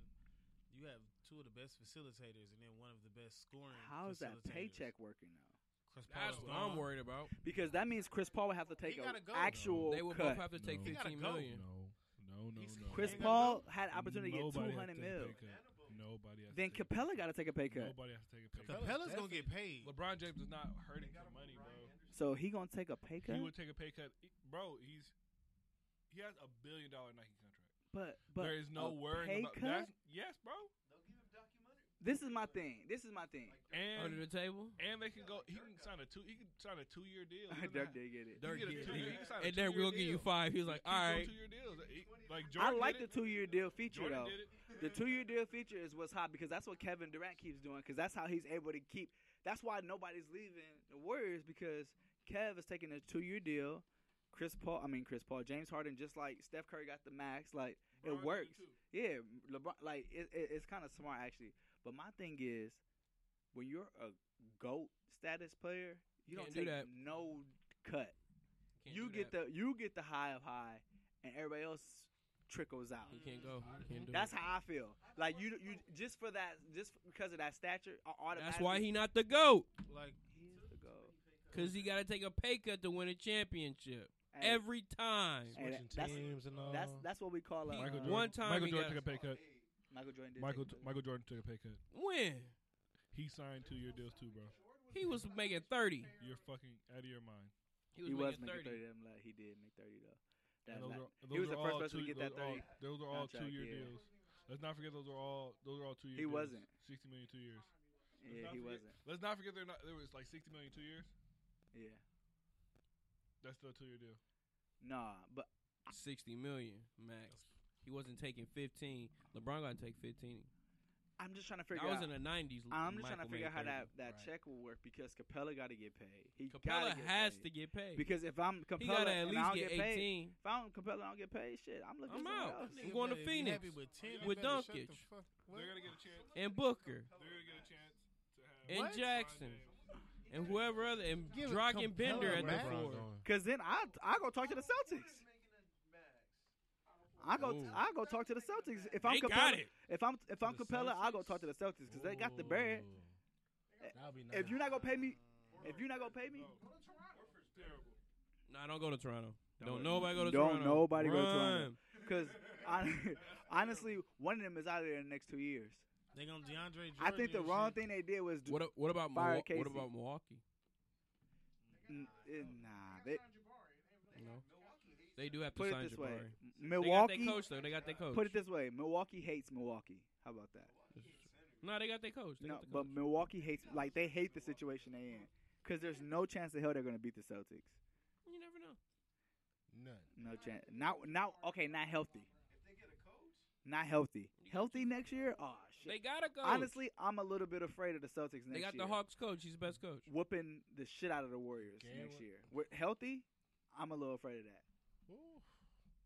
Speaker 3: You have two of the best facilitators and then one of the best scoring.
Speaker 1: How's that
Speaker 3: facilitators.
Speaker 1: paycheck working though?
Speaker 3: Chris Paul's
Speaker 2: That's what
Speaker 3: gone.
Speaker 2: I'm worried about.
Speaker 1: Because that means Chris Paul would have to take an
Speaker 3: gotta go.
Speaker 1: actual
Speaker 2: They will
Speaker 1: cut.
Speaker 2: both have to take
Speaker 4: No.
Speaker 3: He gotta
Speaker 2: 15
Speaker 3: go.
Speaker 2: million.
Speaker 4: No, no, no,
Speaker 3: He's-
Speaker 4: no.
Speaker 1: Chris
Speaker 3: They gotta
Speaker 1: Paul
Speaker 3: go.
Speaker 1: had an opportunity to get
Speaker 4: Nobody
Speaker 1: two
Speaker 4: has
Speaker 1: hundred
Speaker 4: to take a
Speaker 1: mil.
Speaker 4: pay cut. Nobody. has to
Speaker 1: Then
Speaker 4: take a
Speaker 1: Capella
Speaker 4: pay
Speaker 1: got to take a pay
Speaker 4: cut.
Speaker 1: cut.
Speaker 4: Nobody has to take a pay cut.
Speaker 3: Capella's gonna get paid.
Speaker 4: LeBron James is not hurting for money, bro.
Speaker 1: So he gonna take a pay cut.
Speaker 4: He would take a pay cut, He- bro. He's he has a billion dollar Nike contract.
Speaker 1: but but
Speaker 4: there is no
Speaker 1: a
Speaker 4: worrying
Speaker 1: pay
Speaker 4: about
Speaker 1: cut.
Speaker 4: that's Yes, bro.
Speaker 1: This is my thing. This is my thing.
Speaker 2: Under
Speaker 4: And
Speaker 2: the table,
Speaker 4: and they can go. He can sign a two. He can sign a two year deal. Look at
Speaker 1: Dirk
Speaker 4: that.
Speaker 1: did get it.
Speaker 2: Dirk
Speaker 4: get a
Speaker 2: did.
Speaker 4: two- he can sign a
Speaker 2: and Dirk,
Speaker 4: two-year
Speaker 2: we'll give you
Speaker 4: deal.
Speaker 2: five. He was like,
Speaker 4: Keep
Speaker 2: all
Speaker 4: doing
Speaker 2: right.
Speaker 4: two-year deals. He- Like
Speaker 1: I
Speaker 4: Jordan
Speaker 1: like the
Speaker 4: did it.
Speaker 1: two year deal feature
Speaker 4: Jordan
Speaker 1: though.
Speaker 4: did it.
Speaker 1: The two year deal feature is what's hot because that's what Kevin Durant keeps doing because that's how he's able to keep. That's why nobody's leaving the Warriors because Kev is taking a two year deal. Chris Paul, I mean Chris Paul, James Harden, just like Steph Curry got the max. Like
Speaker 4: LeBron
Speaker 1: it
Speaker 4: did
Speaker 1: works.
Speaker 4: too.
Speaker 1: Yeah, LeBron. Like it, it, it's kind of smart actually. But my thing is, when you're a goat status player, you don't
Speaker 2: Can't do
Speaker 1: take
Speaker 2: that.
Speaker 1: no cut.
Speaker 2: Can't
Speaker 1: you
Speaker 2: do
Speaker 1: get
Speaker 2: that.
Speaker 1: the you get the high of high, and everybody else trickles out.
Speaker 2: He can't go. He can't do
Speaker 1: That's
Speaker 2: it.
Speaker 1: how I feel. Like you, you just for that, just because of that stature, au- automatically.
Speaker 2: That's why he not the goat.
Speaker 3: Like
Speaker 1: he is the goat.
Speaker 2: Cause he got to take a pay cut to win a championship
Speaker 1: Hey,
Speaker 2: every time.
Speaker 1: Hey,
Speaker 6: Switching
Speaker 1: that- that's-
Speaker 6: teams and all.
Speaker 1: that's that's what we call a
Speaker 2: Michael
Speaker 1: uh,
Speaker 2: Jordan. One time
Speaker 4: Michael
Speaker 2: he
Speaker 4: Jordan
Speaker 2: got-
Speaker 4: took a pay cut.
Speaker 1: Michael Jordan. Did
Speaker 4: Michael
Speaker 1: take it.
Speaker 4: Michael Jordan took a pay cut.
Speaker 2: When
Speaker 4: He signed two year deals too, bro.
Speaker 2: he was making thirty,
Speaker 4: You're fucking out of your mind.
Speaker 2: he
Speaker 1: he,
Speaker 2: was,
Speaker 1: was
Speaker 2: making thirty.
Speaker 1: I'm like, he did make thirty though. That
Speaker 4: And
Speaker 1: was
Speaker 4: those
Speaker 1: like-
Speaker 4: are,
Speaker 1: he
Speaker 4: those
Speaker 1: was the
Speaker 4: are
Speaker 1: first
Speaker 4: all
Speaker 1: person to
Speaker 4: two-
Speaker 1: get that
Speaker 4: those are all-
Speaker 1: 30
Speaker 4: Those are all
Speaker 1: contract,
Speaker 4: two year
Speaker 1: yeah.
Speaker 4: deals. Let's not forget those are all those are all two years.
Speaker 1: He wasn't.
Speaker 4: sixty million two years. Let's
Speaker 1: Yeah,
Speaker 4: not
Speaker 1: he
Speaker 4: forget-
Speaker 1: wasn't.
Speaker 4: Let's not forget they're not. There was like sixty million two years.
Speaker 1: Yeah.
Speaker 4: That's still a two year deal.
Speaker 1: Nah, but
Speaker 2: sixty million max. He wasn't taking fifteen. LeBron got to take fifteen.
Speaker 1: I'm just trying to
Speaker 2: That
Speaker 1: figure
Speaker 2: was
Speaker 1: out.
Speaker 2: in the nineties.
Speaker 1: I'm just trying to figure out how that, that
Speaker 6: Right.
Speaker 1: check will work because Capella got to get paid. He gotta
Speaker 2: Capella
Speaker 1: get
Speaker 2: has
Speaker 1: paid.
Speaker 2: to get paid.
Speaker 1: because if I'm
Speaker 2: he
Speaker 1: Capella
Speaker 2: got to
Speaker 1: and I
Speaker 2: at least
Speaker 1: don't
Speaker 2: get
Speaker 1: get, paid,
Speaker 2: eighteen.
Speaker 1: if I'm Capella, I don't get paid. Shit, I'm looking.
Speaker 2: I'm
Speaker 1: somewhere
Speaker 2: out.
Speaker 1: Else.
Speaker 2: We're going to
Speaker 3: better be happy
Speaker 2: Phoenix
Speaker 3: with 10.
Speaker 4: With
Speaker 3: You better shut
Speaker 2: Doncic.
Speaker 3: the fuck-
Speaker 4: They're gonna get a chance.
Speaker 2: and Booker
Speaker 4: They're gonna get a chance to have
Speaker 2: And
Speaker 4: LeBron
Speaker 2: Jackson.
Speaker 4: James.
Speaker 2: and whoever other and
Speaker 6: Give it
Speaker 2: Drock
Speaker 6: Capella
Speaker 2: and Bender at the
Speaker 6: back.
Speaker 2: four.
Speaker 1: Cause then I I go talk to the Celtics. I go
Speaker 2: Ooh.
Speaker 1: I go talk to the Celtics if I'm
Speaker 2: They
Speaker 1: Capella.
Speaker 2: got it.
Speaker 1: If I'm if I'm
Speaker 6: the
Speaker 1: Capella, I go
Speaker 6: Celtics?
Speaker 1: talk to the Celtics because they got the bread.
Speaker 6: Ooh. That'd be nice.
Speaker 1: If you're not gonna pay me, if you're not gonna pay me,
Speaker 4: No. Horford's terrible.
Speaker 2: Nah, don't go to Toronto. Don't,
Speaker 1: Don't-
Speaker 2: nobody go to
Speaker 1: don't
Speaker 2: Toronto.
Speaker 1: nobody go to
Speaker 2: Run.
Speaker 1: Toronto. because honestly, one of them is out of there in the next two years.
Speaker 3: They gonna DeAndre. Jordan
Speaker 1: I think the
Speaker 3: and
Speaker 1: wrong
Speaker 3: shit.
Speaker 1: thing they did was
Speaker 2: What a- what about
Speaker 1: Fire
Speaker 2: Milwa- what
Speaker 1: Casey.
Speaker 2: about Milwaukee?
Speaker 1: N- eh, nah. They,
Speaker 2: You know? They do have to
Speaker 1: put it
Speaker 2: sign
Speaker 1: this way,
Speaker 2: Jabari. They
Speaker 1: Milwaukee.
Speaker 2: got their coach though. They got their coach.
Speaker 1: Put it this way, Milwaukee hates Milwaukee. How about that?
Speaker 2: no, they got their coach. They
Speaker 1: No,
Speaker 2: got their
Speaker 1: but
Speaker 2: coach.
Speaker 1: Milwaukee hates like they hate the situation they in because there's no chance in hell they're gonna beat the Celtics.
Speaker 2: you never know.
Speaker 6: None.
Speaker 1: No chance. Not not okay. Not healthy. Not healthy. Healthy next year? Oh
Speaker 2: They
Speaker 1: shit.
Speaker 2: got a coach.
Speaker 1: Honestly, I'm a little bit afraid of the Celtics next year.
Speaker 2: they got the Hawks coach. He's the best coach.
Speaker 1: whooping the shit out of the Warriors
Speaker 6: Game
Speaker 1: next
Speaker 6: one.
Speaker 1: year. With healthy, I'm a little afraid of that
Speaker 6: Ooh.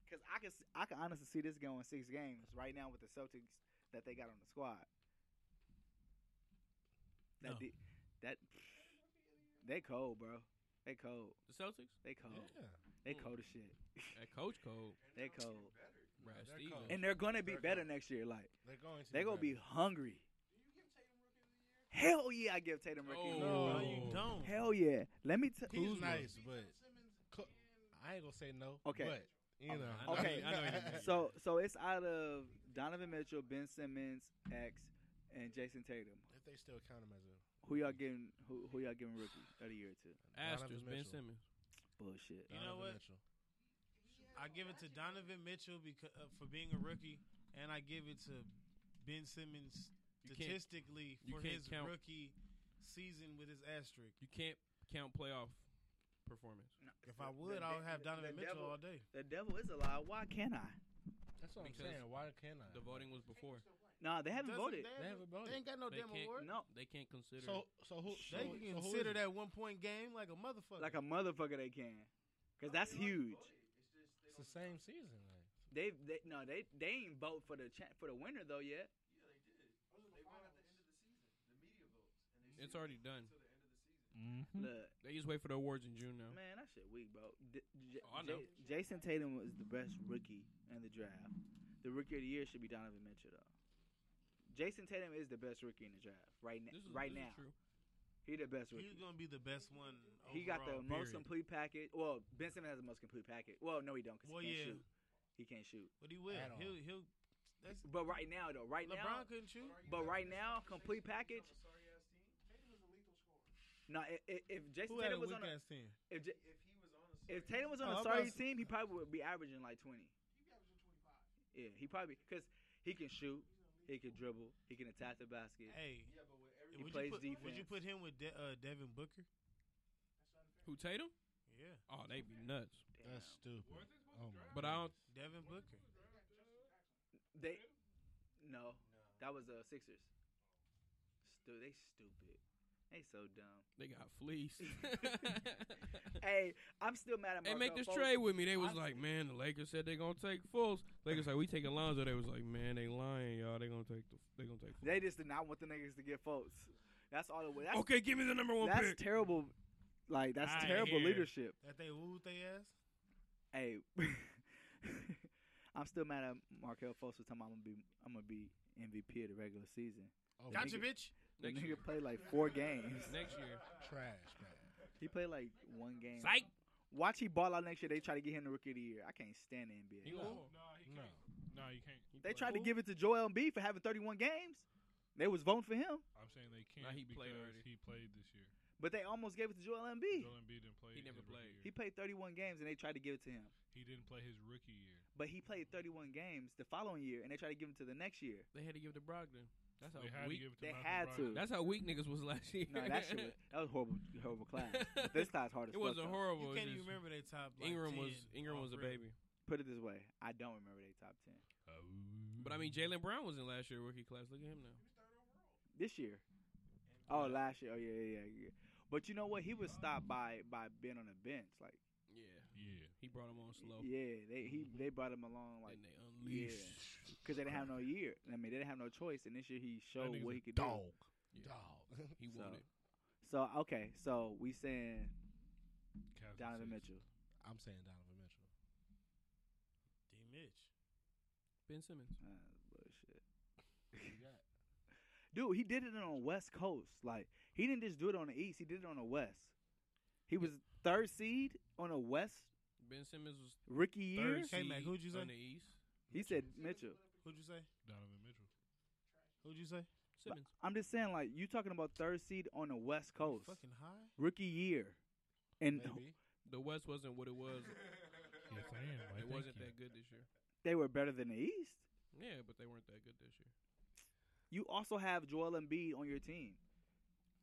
Speaker 1: because I can s- I can honestly see this going six games right now with the Celtics that they got on the squad. That
Speaker 2: No.
Speaker 1: de- that they cold, bro. They cold.
Speaker 2: The Celtics.
Speaker 1: They cold.
Speaker 6: Yeah.
Speaker 1: They
Speaker 2: Mm.
Speaker 1: cold as shit.
Speaker 2: That coach cold.
Speaker 1: They cold,
Speaker 2: Brad
Speaker 6: they're
Speaker 2: Stevens.
Speaker 6: cold.
Speaker 1: and they're gonna be
Speaker 6: They're
Speaker 1: better
Speaker 6: cold.
Speaker 1: next year. Like
Speaker 6: They're going to.
Speaker 1: they gonna be
Speaker 6: better.
Speaker 1: hungry. Hell yeah, I give Tatum Rookie. of the
Speaker 2: Oh.
Speaker 1: Year.
Speaker 3: No, you don't.
Speaker 1: Hell yeah. Let me tell.
Speaker 6: He's
Speaker 2: Kuzma.
Speaker 6: nice, but Co- I ain't gonna say no.
Speaker 1: Okay.
Speaker 6: But you know.
Speaker 2: I know-
Speaker 1: Okay.
Speaker 2: I know what you mean.
Speaker 1: So so it's out of Donovan Mitchell, Ben Simmons, X, and Jason Tatum.
Speaker 6: if they still count him as a
Speaker 1: Who y'all giving? Who, who y'all giving rookie of the year to?
Speaker 2: Astros.
Speaker 6: Donovan
Speaker 2: Ben
Speaker 6: Mitchell.
Speaker 2: Simmons.
Speaker 1: Bullshit.
Speaker 3: You know
Speaker 6: Donovan
Speaker 3: what?
Speaker 6: Mitchell.
Speaker 3: I give it to Donovan Mitchell because uh, for being a rookie, and I give it to Ben Simmons
Speaker 2: You can't-
Speaker 3: statistically
Speaker 2: you
Speaker 3: for
Speaker 2: can't
Speaker 3: his
Speaker 2: count-
Speaker 3: rookie season with his asterisk.
Speaker 2: You can't count playoff performance
Speaker 3: If I would, I would have Donovan Mitchell all day.
Speaker 1: The devil is alive. Why can't I?
Speaker 6: That's what
Speaker 2: Because
Speaker 6: I'm saying. Why can't I?
Speaker 2: the voting was before.
Speaker 1: Nah, they haven't voted.
Speaker 6: They haven't voted.
Speaker 3: They ain't got no
Speaker 2: They
Speaker 3: damn
Speaker 2: can't-
Speaker 3: award.
Speaker 1: No,
Speaker 2: They can't consider.
Speaker 6: So so who? So,
Speaker 3: They
Speaker 6: so
Speaker 3: can
Speaker 6: who
Speaker 3: consider
Speaker 6: is it?
Speaker 3: that one point game like a motherfucker.
Speaker 1: like a motherfucker they can, cause that's huge.
Speaker 6: It's the same season. Like.
Speaker 1: They, they no they they ain't vote for the cha- for the winner though yet.
Speaker 2: it's already done.
Speaker 1: Look,
Speaker 2: They just wait for the awards in June now.
Speaker 1: man, that shit weak, bro. D- J-
Speaker 2: Oh, I know.
Speaker 1: J- Jason Tatum was the best rookie in the draft. The rookie of the year should be Donovan Mitchell though. Jason Tatum is the best rookie in the draft right now.
Speaker 2: This is
Speaker 1: right
Speaker 2: this is
Speaker 1: now,
Speaker 2: true.
Speaker 1: he the best rookie.
Speaker 3: He's gonna be the best one.
Speaker 1: He got the
Speaker 3: overall,
Speaker 1: most
Speaker 3: period.
Speaker 1: complete package. Well, Ben Simmons has the most complete package. Well, no, he don't because
Speaker 3: Well,
Speaker 1: he can't
Speaker 3: yeah.
Speaker 1: shoot. He can't shoot.
Speaker 3: But he will.
Speaker 6: At all.
Speaker 3: He'll. He'll. That's
Speaker 1: But right now, though, right now,
Speaker 3: LeBron couldn't shoot.
Speaker 1: but right now, complete package. No, i- i- if Jason
Speaker 3: Who had
Speaker 1: Tatum
Speaker 3: a
Speaker 1: was on
Speaker 3: weak
Speaker 1: a
Speaker 3: ass team?
Speaker 1: if, J- if Tatum was on
Speaker 3: Oh,
Speaker 1: a
Speaker 3: I'm
Speaker 1: starting
Speaker 3: about to-
Speaker 1: team, he probably would be averaging like twenty. Yeah, he probably because he can shoot, he can dribble, he can attack the basket.
Speaker 3: Hey,
Speaker 1: He
Speaker 3: would
Speaker 1: plays
Speaker 3: you put, Would you
Speaker 1: defense.
Speaker 3: put him with De- uh, Devin Booker?
Speaker 2: Who Tatum?
Speaker 3: Yeah,
Speaker 2: Oh, they be nuts.
Speaker 6: That's stupid. Oh my
Speaker 2: But I don't.
Speaker 3: Devin Booker.
Speaker 1: They no, that was uh Sixers. Stu, they stupid. They so dumb.
Speaker 2: They got fleeced.
Speaker 1: Hey, I'm still mad at.
Speaker 2: They
Speaker 1: Markel
Speaker 2: make this
Speaker 1: Fultz.
Speaker 2: trade with me. They was
Speaker 1: I-
Speaker 2: like, man, the Lakers said they gonna take Fultz. Lakers like, we taking Lonzo. They was like, man, they lying, y'all. They gonna take the. They gonna take. Fultz.
Speaker 1: They just did not want the niggas to get votes. That's all the way. That's,
Speaker 2: okay, give me the number one
Speaker 1: that's
Speaker 2: pick.
Speaker 1: terrible. Like that's
Speaker 2: Outta
Speaker 1: terrible
Speaker 2: here.
Speaker 1: leadership.
Speaker 3: That they wooed they ass.
Speaker 1: Hey, I'm still mad at Markel Fultz for talking about I'm gonna be I'm gonna be MVP of the regular season.
Speaker 6: Oh,
Speaker 1: Got
Speaker 3: Gotcha,
Speaker 1: nigga-
Speaker 3: bitch.
Speaker 1: The
Speaker 2: Next
Speaker 1: nigga
Speaker 2: year.
Speaker 1: played like four games.
Speaker 2: Next year.
Speaker 6: Trash, man.
Speaker 1: He played like one game.
Speaker 2: Psych.
Speaker 1: Watch he ball out next year. They try to get him the rookie of the year. I can't stand the
Speaker 2: He
Speaker 1: NBA.
Speaker 2: gonna-
Speaker 4: No, he
Speaker 6: No.
Speaker 4: can't. No, you can't.
Speaker 1: They tried to give it to Joel Embiid for having 31 games. They was voting for him,
Speaker 4: I'm saying they can't
Speaker 2: Nah, he
Speaker 4: because
Speaker 2: played already.
Speaker 4: he played this year.
Speaker 1: but they almost gave it to Joel Embiid.
Speaker 4: Joel Embiid didn't play.
Speaker 2: He
Speaker 4: his
Speaker 2: never
Speaker 4: rookie
Speaker 2: played.
Speaker 4: year.
Speaker 1: He played 31 games and they tried to give it to him,
Speaker 4: He didn't play his rookie year.
Speaker 1: but he played 31 games the following year and they tried to give it to the next year.
Speaker 2: They had to give it to Brogdon. That's how
Speaker 4: They had to
Speaker 2: weak.
Speaker 4: give it to
Speaker 1: They
Speaker 4: Malcolm
Speaker 1: had
Speaker 4: Brogdon.
Speaker 1: to.
Speaker 2: That's how weak niggas was last year.
Speaker 1: No, that shit was, that was horrible, horrible class. But this class hard as
Speaker 2: it
Speaker 1: fuck.
Speaker 2: wasn't
Speaker 1: though.
Speaker 2: horrible.
Speaker 3: You
Speaker 2: it
Speaker 3: can't even
Speaker 2: just-
Speaker 3: remember their top. Like
Speaker 2: Ingram
Speaker 3: 10
Speaker 2: was Ingram
Speaker 3: off
Speaker 2: was a
Speaker 3: rip.
Speaker 2: baby.
Speaker 1: Put it this way, I don't remember they top ten
Speaker 4: Oh.
Speaker 2: But I mean, Jalen Brown was in last year's rookie class. Look at him now.
Speaker 1: this year. Oh, last year. Oh yeah, yeah, yeah, yeah. But you know what? He was stopped by by Ben on the bench. Like
Speaker 2: Yeah,
Speaker 4: Yeah.
Speaker 2: he brought him on slow.
Speaker 1: yeah, they he they brought him along like
Speaker 2: and they
Speaker 1: yeah.
Speaker 2: unleashed.
Speaker 1: because they didn't have no year. I mean, they didn't have no choice. And this year he showed
Speaker 4: nigga's
Speaker 1: what
Speaker 4: a
Speaker 1: he could do.
Speaker 6: Dog. Oh,
Speaker 2: Yeah.
Speaker 6: Dog.
Speaker 2: He
Speaker 1: So,
Speaker 2: wanted.
Speaker 1: So okay, so we saying
Speaker 4: Cavs in
Speaker 1: Donovan
Speaker 4: six.
Speaker 1: Mitchell.
Speaker 6: I'm saying Donovan Mitchell.
Speaker 3: D. Mitch.
Speaker 2: Ben Simmons.
Speaker 1: Uh, bullshit.
Speaker 6: Who you got?
Speaker 1: Dude, he did it on the West Coast. Like he didn't just do it on the East. He did it on the West. He was third seed on a West
Speaker 2: Ben Simmons was
Speaker 1: rookie year.
Speaker 2: third
Speaker 3: Hey, Mac,
Speaker 2: seed
Speaker 3: who'd you say?
Speaker 2: on the East.
Speaker 1: He said Mitchell.
Speaker 3: Who'd you say?
Speaker 4: Donovan Mitchell.
Speaker 3: Who'd you say?
Speaker 2: Simmons.
Speaker 1: I'm just saying, like you talking about third seed on the West Coast,
Speaker 3: Fucking high.
Speaker 1: rookie year, and
Speaker 6: Maybe.
Speaker 2: The West wasn't what it was.
Speaker 4: Yes, I am.
Speaker 2: it wasn't that good this year.
Speaker 1: they were better than the East.
Speaker 2: Yeah, but they weren't that good this year.
Speaker 1: You also have Joel Embiid on your team.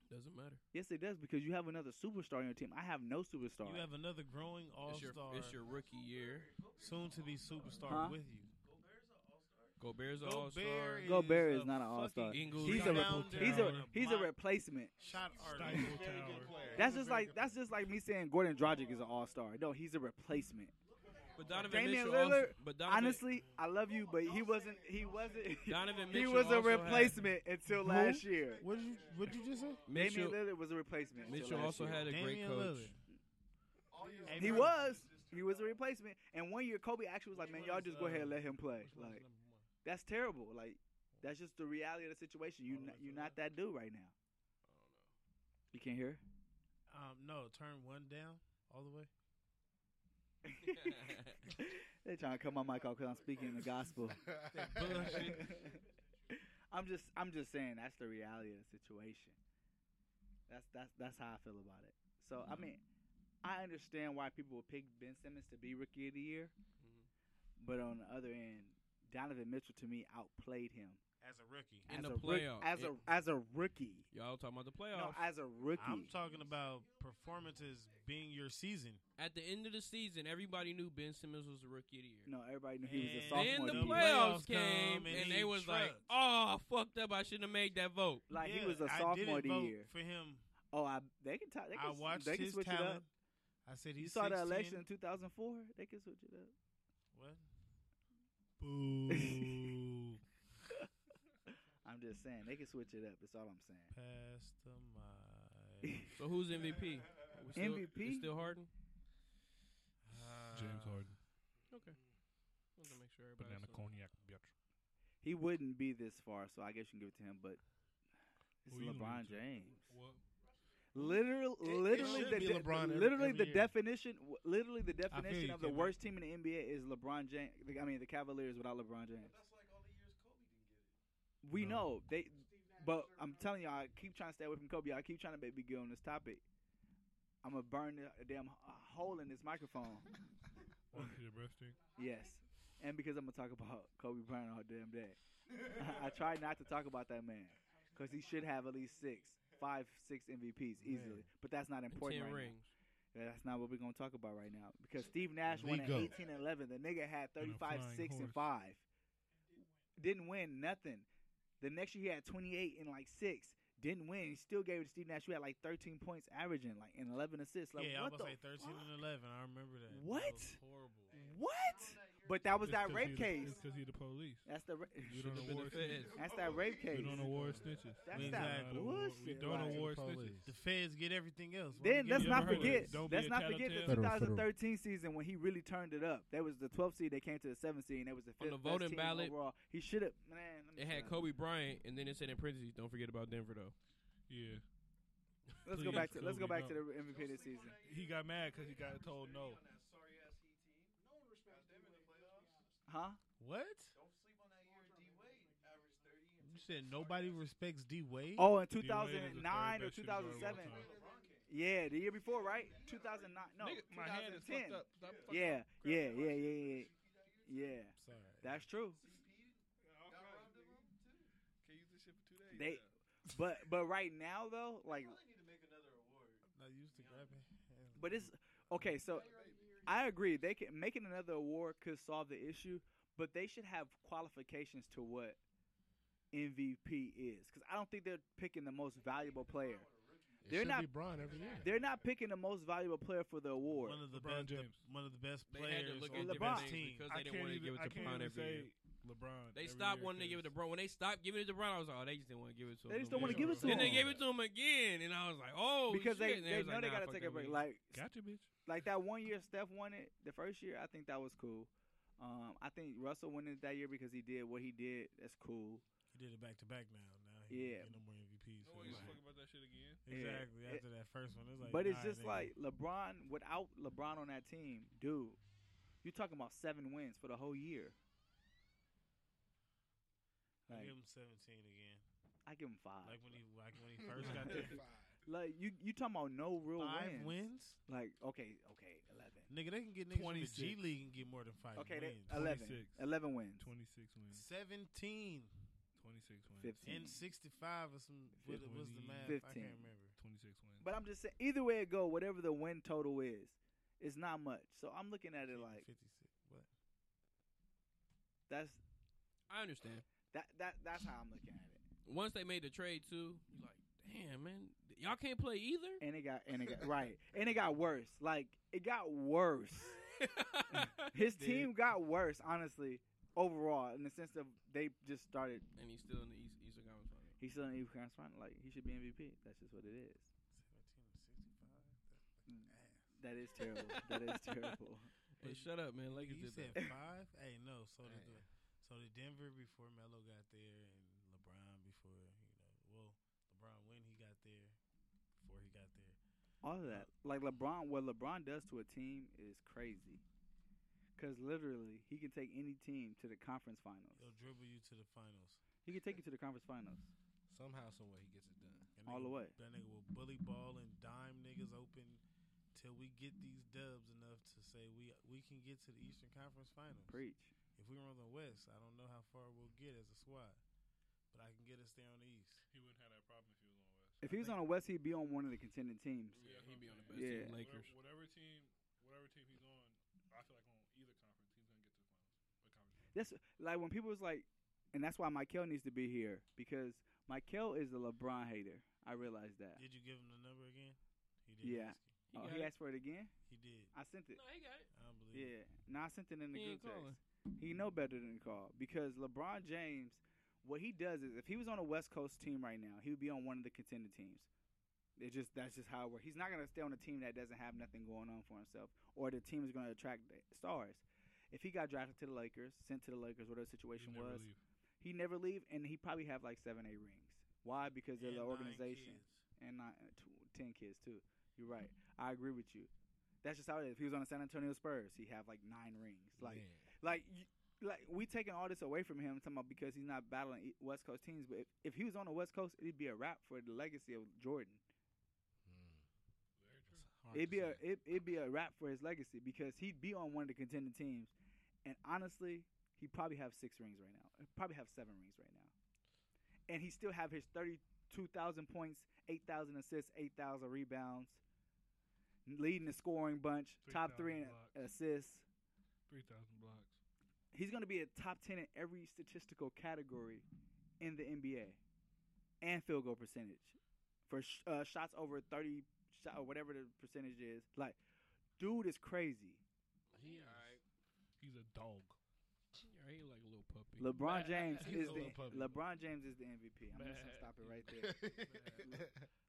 Speaker 2: Doesn't matter.
Speaker 1: Yes, it does because you have another superstar on your team. I have no superstar.
Speaker 3: You have another growing all
Speaker 2: It's your,
Speaker 3: star,
Speaker 2: it's your rookie year.
Speaker 3: soon to be superstar
Speaker 1: Huh?
Speaker 3: with you.
Speaker 2: Gobert's an
Speaker 3: Gobert
Speaker 2: all star.
Speaker 3: is
Speaker 1: Gobert is
Speaker 3: a
Speaker 1: not an all-star.
Speaker 3: fucking
Speaker 2: Ingles
Speaker 1: he's a
Speaker 3: rebounder,
Speaker 1: he's a
Speaker 3: and
Speaker 1: he's a
Speaker 3: block
Speaker 1: replacement.
Speaker 3: shot artist.
Speaker 4: Stifle Tower.
Speaker 1: That's just like that's just like me saying Gordon Dragic is an all star. No, he's a replacement.
Speaker 2: But Donovan
Speaker 1: Damian
Speaker 2: Mitchell. also-
Speaker 1: Lillard,
Speaker 2: but Donovan,
Speaker 1: Honestly, I love you, but he wasn't he wasn't
Speaker 2: Donovan
Speaker 1: he
Speaker 2: Mitchell
Speaker 1: was a
Speaker 2: also had-
Speaker 1: replacement until last year.
Speaker 3: What did you What did you just say?
Speaker 1: Damian
Speaker 2: Mitchell,
Speaker 1: Lillard was a replacement. until
Speaker 2: Mitchell
Speaker 1: last
Speaker 2: also
Speaker 1: year.
Speaker 2: had a great
Speaker 3: Damian
Speaker 2: coach.
Speaker 3: Lillard. Hey,
Speaker 1: He
Speaker 3: bro.
Speaker 1: was. He was a replacement. And one year, Kobe actually was like, "Man, y'all just go ahead and let him play."
Speaker 3: uh,
Speaker 1: Like, that's terrible. Like, that's just the reality of the situation. You not, you're not that dude right now. You can't hear.
Speaker 3: Um, no, turn one down all the way.
Speaker 1: They're trying to cut my mic off because I'm speaking the gospel. I'm just, I'm just saying that's the reality of the situation. That's that's that's how I feel about it. So I
Speaker 3: Mm-hmm.
Speaker 1: mean, I understand why people would pick Ben Simmons to be Rookie of the Year,
Speaker 2: Mhm.
Speaker 3: Mm-hmm.
Speaker 1: but on the other end, Donovan Mitchell to me outplayed him
Speaker 3: As a rookie,
Speaker 2: In
Speaker 1: as
Speaker 2: the
Speaker 1: a rook-
Speaker 2: playoff.
Speaker 1: as
Speaker 2: It-
Speaker 1: a as a rookie.
Speaker 2: Y'all talking about the
Speaker 1: No,
Speaker 2: playoffs?
Speaker 1: as a rookie.
Speaker 3: I'm talking about performances being your season.
Speaker 2: At the end of the season, everybody knew Ben Simmons was the rookie of the year.
Speaker 1: no, everybody knew he was a
Speaker 3: And
Speaker 1: sophomore.
Speaker 2: Then the
Speaker 1: dude.
Speaker 2: playoffs
Speaker 3: Playoffs
Speaker 2: came,
Speaker 3: come and
Speaker 2: and
Speaker 3: he
Speaker 2: they was like,
Speaker 3: trucked.
Speaker 2: "Oh, I fucked up! I shouldn't have made that vote."
Speaker 1: Like
Speaker 3: Yeah,
Speaker 1: he was a
Speaker 3: I didn't
Speaker 1: sophomore of the
Speaker 3: vote
Speaker 1: year.
Speaker 3: for him.
Speaker 1: Oh, I they can talk. They
Speaker 3: I
Speaker 1: can,
Speaker 3: watched
Speaker 1: they can
Speaker 3: his
Speaker 1: switch it up.
Speaker 3: talent. I said he's
Speaker 1: You saw
Speaker 3: 16.
Speaker 1: the election in 2004. They can switch it up.
Speaker 3: What?
Speaker 4: Boo.
Speaker 1: I'm just saying they can switch it up. That's all I'm saying.
Speaker 3: Pass the mic.
Speaker 2: So who's MVP? We still-
Speaker 1: MVP?
Speaker 2: it's still Harden.
Speaker 3: Uh,
Speaker 4: James Harden.
Speaker 2: Okay. Wanted to make sure everybody
Speaker 4: Banana
Speaker 2: said-
Speaker 4: cognac, bitch.
Speaker 1: He wouldn't be this far, so I guess you can give it to him. But this
Speaker 4: Who
Speaker 1: is
Speaker 4: you gonna
Speaker 1: LeBron
Speaker 4: give it to?
Speaker 1: James.
Speaker 4: What?
Speaker 1: Literal,
Speaker 6: it
Speaker 1: literally,
Speaker 6: should
Speaker 1: the
Speaker 6: be
Speaker 1: de-
Speaker 6: LeBron every-
Speaker 1: literally
Speaker 6: every
Speaker 1: the
Speaker 6: year.
Speaker 1: definition, literally the
Speaker 3: feel
Speaker 1: definition
Speaker 3: you,
Speaker 1: of the
Speaker 3: Kevin.
Speaker 1: worst team in the NBA is LeBron James. I mean, the Cavaliers without LeBron James. We know they, but I'm telling y'all, I keep trying to stay away from Kobe. I keep trying to baby get on this topic. I'm gonna burn a damn h- hole in this microphone.
Speaker 4: Why is he the best thing?
Speaker 1: Yes, and because I'm gonna talk about Kobe Bryant all damn day. I, I try not to talk about that man because he should have at least six, five, six MVPs easily. But that's not
Speaker 2: and
Speaker 1: important.
Speaker 2: Ten
Speaker 1: right now.
Speaker 2: rings.
Speaker 1: Yeah, that's not what we're gonna talk about right now because Steve Nash won at
Speaker 6: Ligo.
Speaker 1: 18 and 11. The nigga had
Speaker 4: And
Speaker 1: 35,
Speaker 4: a flying
Speaker 1: 6, and
Speaker 4: horse.
Speaker 1: 5. Didn't win nothing. The next year he had 28 and like 6. Didn't win. He still gave it to Steve Nash. who had like 13 points averaging, like and 11 assists. Like,
Speaker 3: yeah, I
Speaker 1: what
Speaker 3: was
Speaker 1: the
Speaker 3: about to say 13
Speaker 1: fuck?
Speaker 3: and 11. I remember that. That
Speaker 1: What?
Speaker 3: was horrible.
Speaker 1: What? But that was
Speaker 4: It's
Speaker 1: that
Speaker 4: 'cause
Speaker 1: rape
Speaker 4: he's-
Speaker 1: case.
Speaker 4: It's because he's the police.
Speaker 1: That's the ra-
Speaker 4: We
Speaker 2: Should've
Speaker 4: don't
Speaker 2: been the
Speaker 4: award snitches.
Speaker 2: feds.
Speaker 1: that's that rape
Speaker 4: We
Speaker 1: case.
Speaker 4: don't award snitches.
Speaker 1: That's
Speaker 4: We
Speaker 3: that
Speaker 4: don't award- We
Speaker 1: bullshit,
Speaker 4: don't
Speaker 1: like-
Speaker 4: award snitches.
Speaker 6: Police.
Speaker 3: The feds get everything else. Why
Speaker 1: Then
Speaker 3: we
Speaker 1: let's
Speaker 4: you
Speaker 3: get
Speaker 1: not
Speaker 4: ever heard of
Speaker 1: forget.
Speaker 4: it? Don't be
Speaker 1: Let's
Speaker 4: a
Speaker 1: not forget the
Speaker 4: tattletale.
Speaker 6: Federal, federal.
Speaker 1: 2013 season when he really turned it up. That was the 12th seed. They came to the 7th seed. and They was the
Speaker 2: On
Speaker 1: fifth
Speaker 2: the
Speaker 1: best
Speaker 2: voting
Speaker 1: team
Speaker 2: ballot,
Speaker 1: overall. He should have. Man, let me
Speaker 2: It had
Speaker 1: shut up.
Speaker 2: Kobe Bryant, and then it said in parentheses, "Don't forget about Denver, though."
Speaker 4: Yeah.
Speaker 1: Let's go
Speaker 4: Please,
Speaker 1: back to let's go
Speaker 4: Kobe,
Speaker 1: back to the MVP this season.
Speaker 4: He got mad because he got told no.
Speaker 1: Huh?
Speaker 3: What?
Speaker 7: Don't sleep on that year D Wade averaged 30. and
Speaker 3: You said nobody respects D Wade.
Speaker 1: Oh, in
Speaker 2: D-Wade
Speaker 1: 2009 or
Speaker 2: is the third best shooter of all
Speaker 1: 2007.
Speaker 2: time.
Speaker 1: Yeah, the year before, right? 2009. No,
Speaker 4: Nigga, my hand is
Speaker 1: 2010.
Speaker 4: fucked up. Stop fucking
Speaker 1: Yeah,
Speaker 4: up. Grab
Speaker 1: yeah,
Speaker 4: the
Speaker 1: yeah,
Speaker 4: mic.
Speaker 1: yeah, yeah. Yeah,
Speaker 3: Sorry.
Speaker 1: that's true.
Speaker 4: Yeah, all right, nigga. Can't use this shit for two days.
Speaker 1: They-
Speaker 4: now.
Speaker 1: But but right now though, like,
Speaker 3: Not used to grabbing. hands.
Speaker 1: but it's okay. So I agree. They can making another award could solve the issue, but they should have qualifications to what MVP is, because I don't think they're picking the most valuable player.
Speaker 6: It
Speaker 1: They're
Speaker 6: should
Speaker 1: not-
Speaker 6: be Bron every year.
Speaker 1: They're not picking the most valuable player for the award.
Speaker 3: one of the
Speaker 4: LeBron
Speaker 3: best, the-
Speaker 4: James.
Speaker 3: one of the best
Speaker 2: They
Speaker 3: players
Speaker 2: had to look
Speaker 3: on
Speaker 2: at
Speaker 1: the
Speaker 3: the
Speaker 2: different
Speaker 1: LeBron.
Speaker 3: best
Speaker 2: things
Speaker 3: team.
Speaker 2: because
Speaker 4: I
Speaker 2: they didn't
Speaker 4: can't
Speaker 2: want to
Speaker 4: even-
Speaker 2: give it
Speaker 4: I
Speaker 2: to
Speaker 4: can't
Speaker 2: Bron
Speaker 4: even
Speaker 2: every
Speaker 4: say
Speaker 2: year.
Speaker 4: LeBron.
Speaker 2: They
Speaker 4: every
Speaker 2: stopped
Speaker 4: year,
Speaker 2: wanting to give it
Speaker 4: 'cause-
Speaker 2: to Bron. When they stopped giving it to Bron, I was like, oh, they just didn't want to give it to him.
Speaker 1: They just
Speaker 2: no
Speaker 1: don't want
Speaker 2: more.
Speaker 1: to give it to
Speaker 2: Then
Speaker 1: him
Speaker 2: they gave it to him again, and I was like, oh,
Speaker 1: because they,
Speaker 2: shit. And
Speaker 1: they
Speaker 2: was
Speaker 1: know
Speaker 2: like,
Speaker 1: they
Speaker 2: nah,
Speaker 1: gotta
Speaker 2: fuck
Speaker 1: take
Speaker 2: that
Speaker 1: a break.
Speaker 2: league.
Speaker 1: Like
Speaker 4: Gotcha, bitch.
Speaker 1: like that one year Steph won it, the first year, I think that was cool. Um, I think Russell won it that year because he did what he did. That's cool.
Speaker 3: He did it back to back now. Now he
Speaker 1: Yeah.
Speaker 3: ain't getting no more MVPs.
Speaker 4: No
Speaker 3: So
Speaker 4: one
Speaker 3: it's
Speaker 4: gives a
Speaker 3: like-
Speaker 4: fuck about that shit again.
Speaker 1: Yeah.
Speaker 3: Exactly.
Speaker 1: It-
Speaker 3: After that first one, it's like.
Speaker 1: but it's
Speaker 3: nah,
Speaker 1: just
Speaker 3: nigga.
Speaker 1: like LeBron without LeBron on that team, dude. You're talking about seven wins for the whole year.
Speaker 3: I
Speaker 1: Like
Speaker 3: give him 17 again.
Speaker 1: I give him five.
Speaker 3: Like when he, like when he first got there.
Speaker 1: Like you, you talking about no real
Speaker 3: Five
Speaker 1: wins.
Speaker 3: wins?
Speaker 1: Like okay, okay, eleven.
Speaker 3: Nigga, they can get niggas from the G
Speaker 4: 26.
Speaker 3: League and get more than five
Speaker 1: Okay,
Speaker 3: wins.
Speaker 1: that, 11.
Speaker 4: 26.
Speaker 1: 11 wins.
Speaker 4: 26 wins.
Speaker 3: 17
Speaker 4: 26 wins.
Speaker 1: 15.
Speaker 3: and 65 or some. What
Speaker 4: Fifteen.
Speaker 3: was the math?
Speaker 1: 15.
Speaker 3: I can't remember.
Speaker 4: 26 wins.
Speaker 1: But I'm just saying, either way it go, whatever the win total is, it's not much. So I'm looking at it like
Speaker 3: 56. What?
Speaker 1: that's
Speaker 2: I understand.
Speaker 1: that that that's how I'm looking at it.
Speaker 2: Once they made the trade, too, you're like, damn, man, y'all can't play either?
Speaker 1: And it got and it got right. And it got worse. Like it got worse. His
Speaker 2: Dude.
Speaker 1: team got worse, honestly, overall, in the sense of they just started.
Speaker 2: And he's still in the East, Eastern Conference Finals.
Speaker 1: He's still in the Eastern Conference Final. Like he should be MVP. That's just what it is.
Speaker 3: 17 to 65? That's
Speaker 1: That is terrible. that is terrible.
Speaker 2: Hey, shut up, man. Lakers
Speaker 3: You
Speaker 2: did
Speaker 3: said
Speaker 2: that.
Speaker 3: five? Hey, no. So did
Speaker 6: Hey.
Speaker 3: the, so did Denver before Melo got there, and LeBron before you know. Well, LeBron when he got there, before he got there.
Speaker 1: All of that, like LeBron, what LeBron does to a team is crazy. Cause literally, he can take any team to the conference finals.
Speaker 3: He'll dribble you to the finals.
Speaker 1: He can take you to the conference finals.
Speaker 6: Somehow, somewhere, he gets it done.
Speaker 3: That
Speaker 1: All
Speaker 3: nigga-
Speaker 1: the way.
Speaker 3: That nigga will bully ball and dime niggas open till we get these dubs enough to say we we can get to the Eastern Conference Finals.
Speaker 1: Preach.
Speaker 3: If we run the West, I don't know how far we'll get as a squad, but I can get us there on the East.
Speaker 4: He wouldn't have that problem if he was on West.
Speaker 1: If he was on a West, he'd be on one of the contending teams.
Speaker 2: Yeah, he'd be on the
Speaker 4: I'm
Speaker 2: best
Speaker 4: saying.
Speaker 1: team,
Speaker 4: Whatever-
Speaker 2: Lakers.
Speaker 4: Whatever team, whatever team he's on, I feel like on either conference, he's gonna get to the finals. What conference?
Speaker 1: That's like when people was like, and that's why Michael needs to be here because Michael is a LeBron hater. I realized that.
Speaker 3: Did you give him the number again? He did.
Speaker 1: Yeah.
Speaker 3: ask you.
Speaker 2: He
Speaker 1: oh,
Speaker 2: got
Speaker 1: he
Speaker 2: it.
Speaker 1: asked for it again.
Speaker 3: He did.
Speaker 1: I sent it.
Speaker 2: No, he got it.
Speaker 3: I don't believe. it.
Speaker 1: Yeah, no, I sent it in the
Speaker 2: He
Speaker 1: group
Speaker 2: ain't
Speaker 1: text.
Speaker 2: calling.
Speaker 1: He know better than to call because LeBron James, what he does is if he was on a West Coast team right now, he would be on one of the contending teams. It just that's just how it works. He's not gonna stay on a team that doesn't have nothing going on for himself, or the team is gonna attract the stars. If he got drafted to the Lakers, sent to the Lakers, whatever the situation was, he never leave, and he probably have like seven, eight rings. Why? Because of
Speaker 3: And
Speaker 1: the
Speaker 3: nine
Speaker 1: organization
Speaker 3: kids.
Speaker 1: and not uh, tw- ten kids too. You're right. I agree with you. That's just how it is. If he was on the San Antonio Spurs, he have like nine rings. Like,
Speaker 6: Man.
Speaker 1: like, y like we taking all this away from him, talking about because he's not battling E- West Coast teams. But if, if he was on the West Coast, it'd be a wrap for the legacy of Jordan.
Speaker 6: Mm.
Speaker 4: Very true.
Speaker 6: It's hard
Speaker 1: It'd
Speaker 6: to
Speaker 1: be a
Speaker 6: say.
Speaker 1: it, it'd be a wrap for his legacy because he'd be on one of the contending teams, and honestly, he probably have six rings right now. He'd Probably have seven rings right now, and he still have his thirty two thousand points, eight thousand assists, eight thousand rebounds, leading the scoring bunch, top three in
Speaker 4: 3,000 blocks.
Speaker 1: assists.
Speaker 4: Three thousand blocks.
Speaker 1: He's going to be a top ten in every statistical category in the NBA, and field goal percentage for sh- uh, shots over thirty shot or whatever the percentage is. Like, dude is crazy.
Speaker 2: He all right.
Speaker 4: He's a dog.
Speaker 2: Yeah, he like a little puppy.
Speaker 1: LeBron James is
Speaker 6: He's a
Speaker 1: the
Speaker 6: little puppy.
Speaker 1: LeBron James is the MVP. I'm just gonna stop it right there.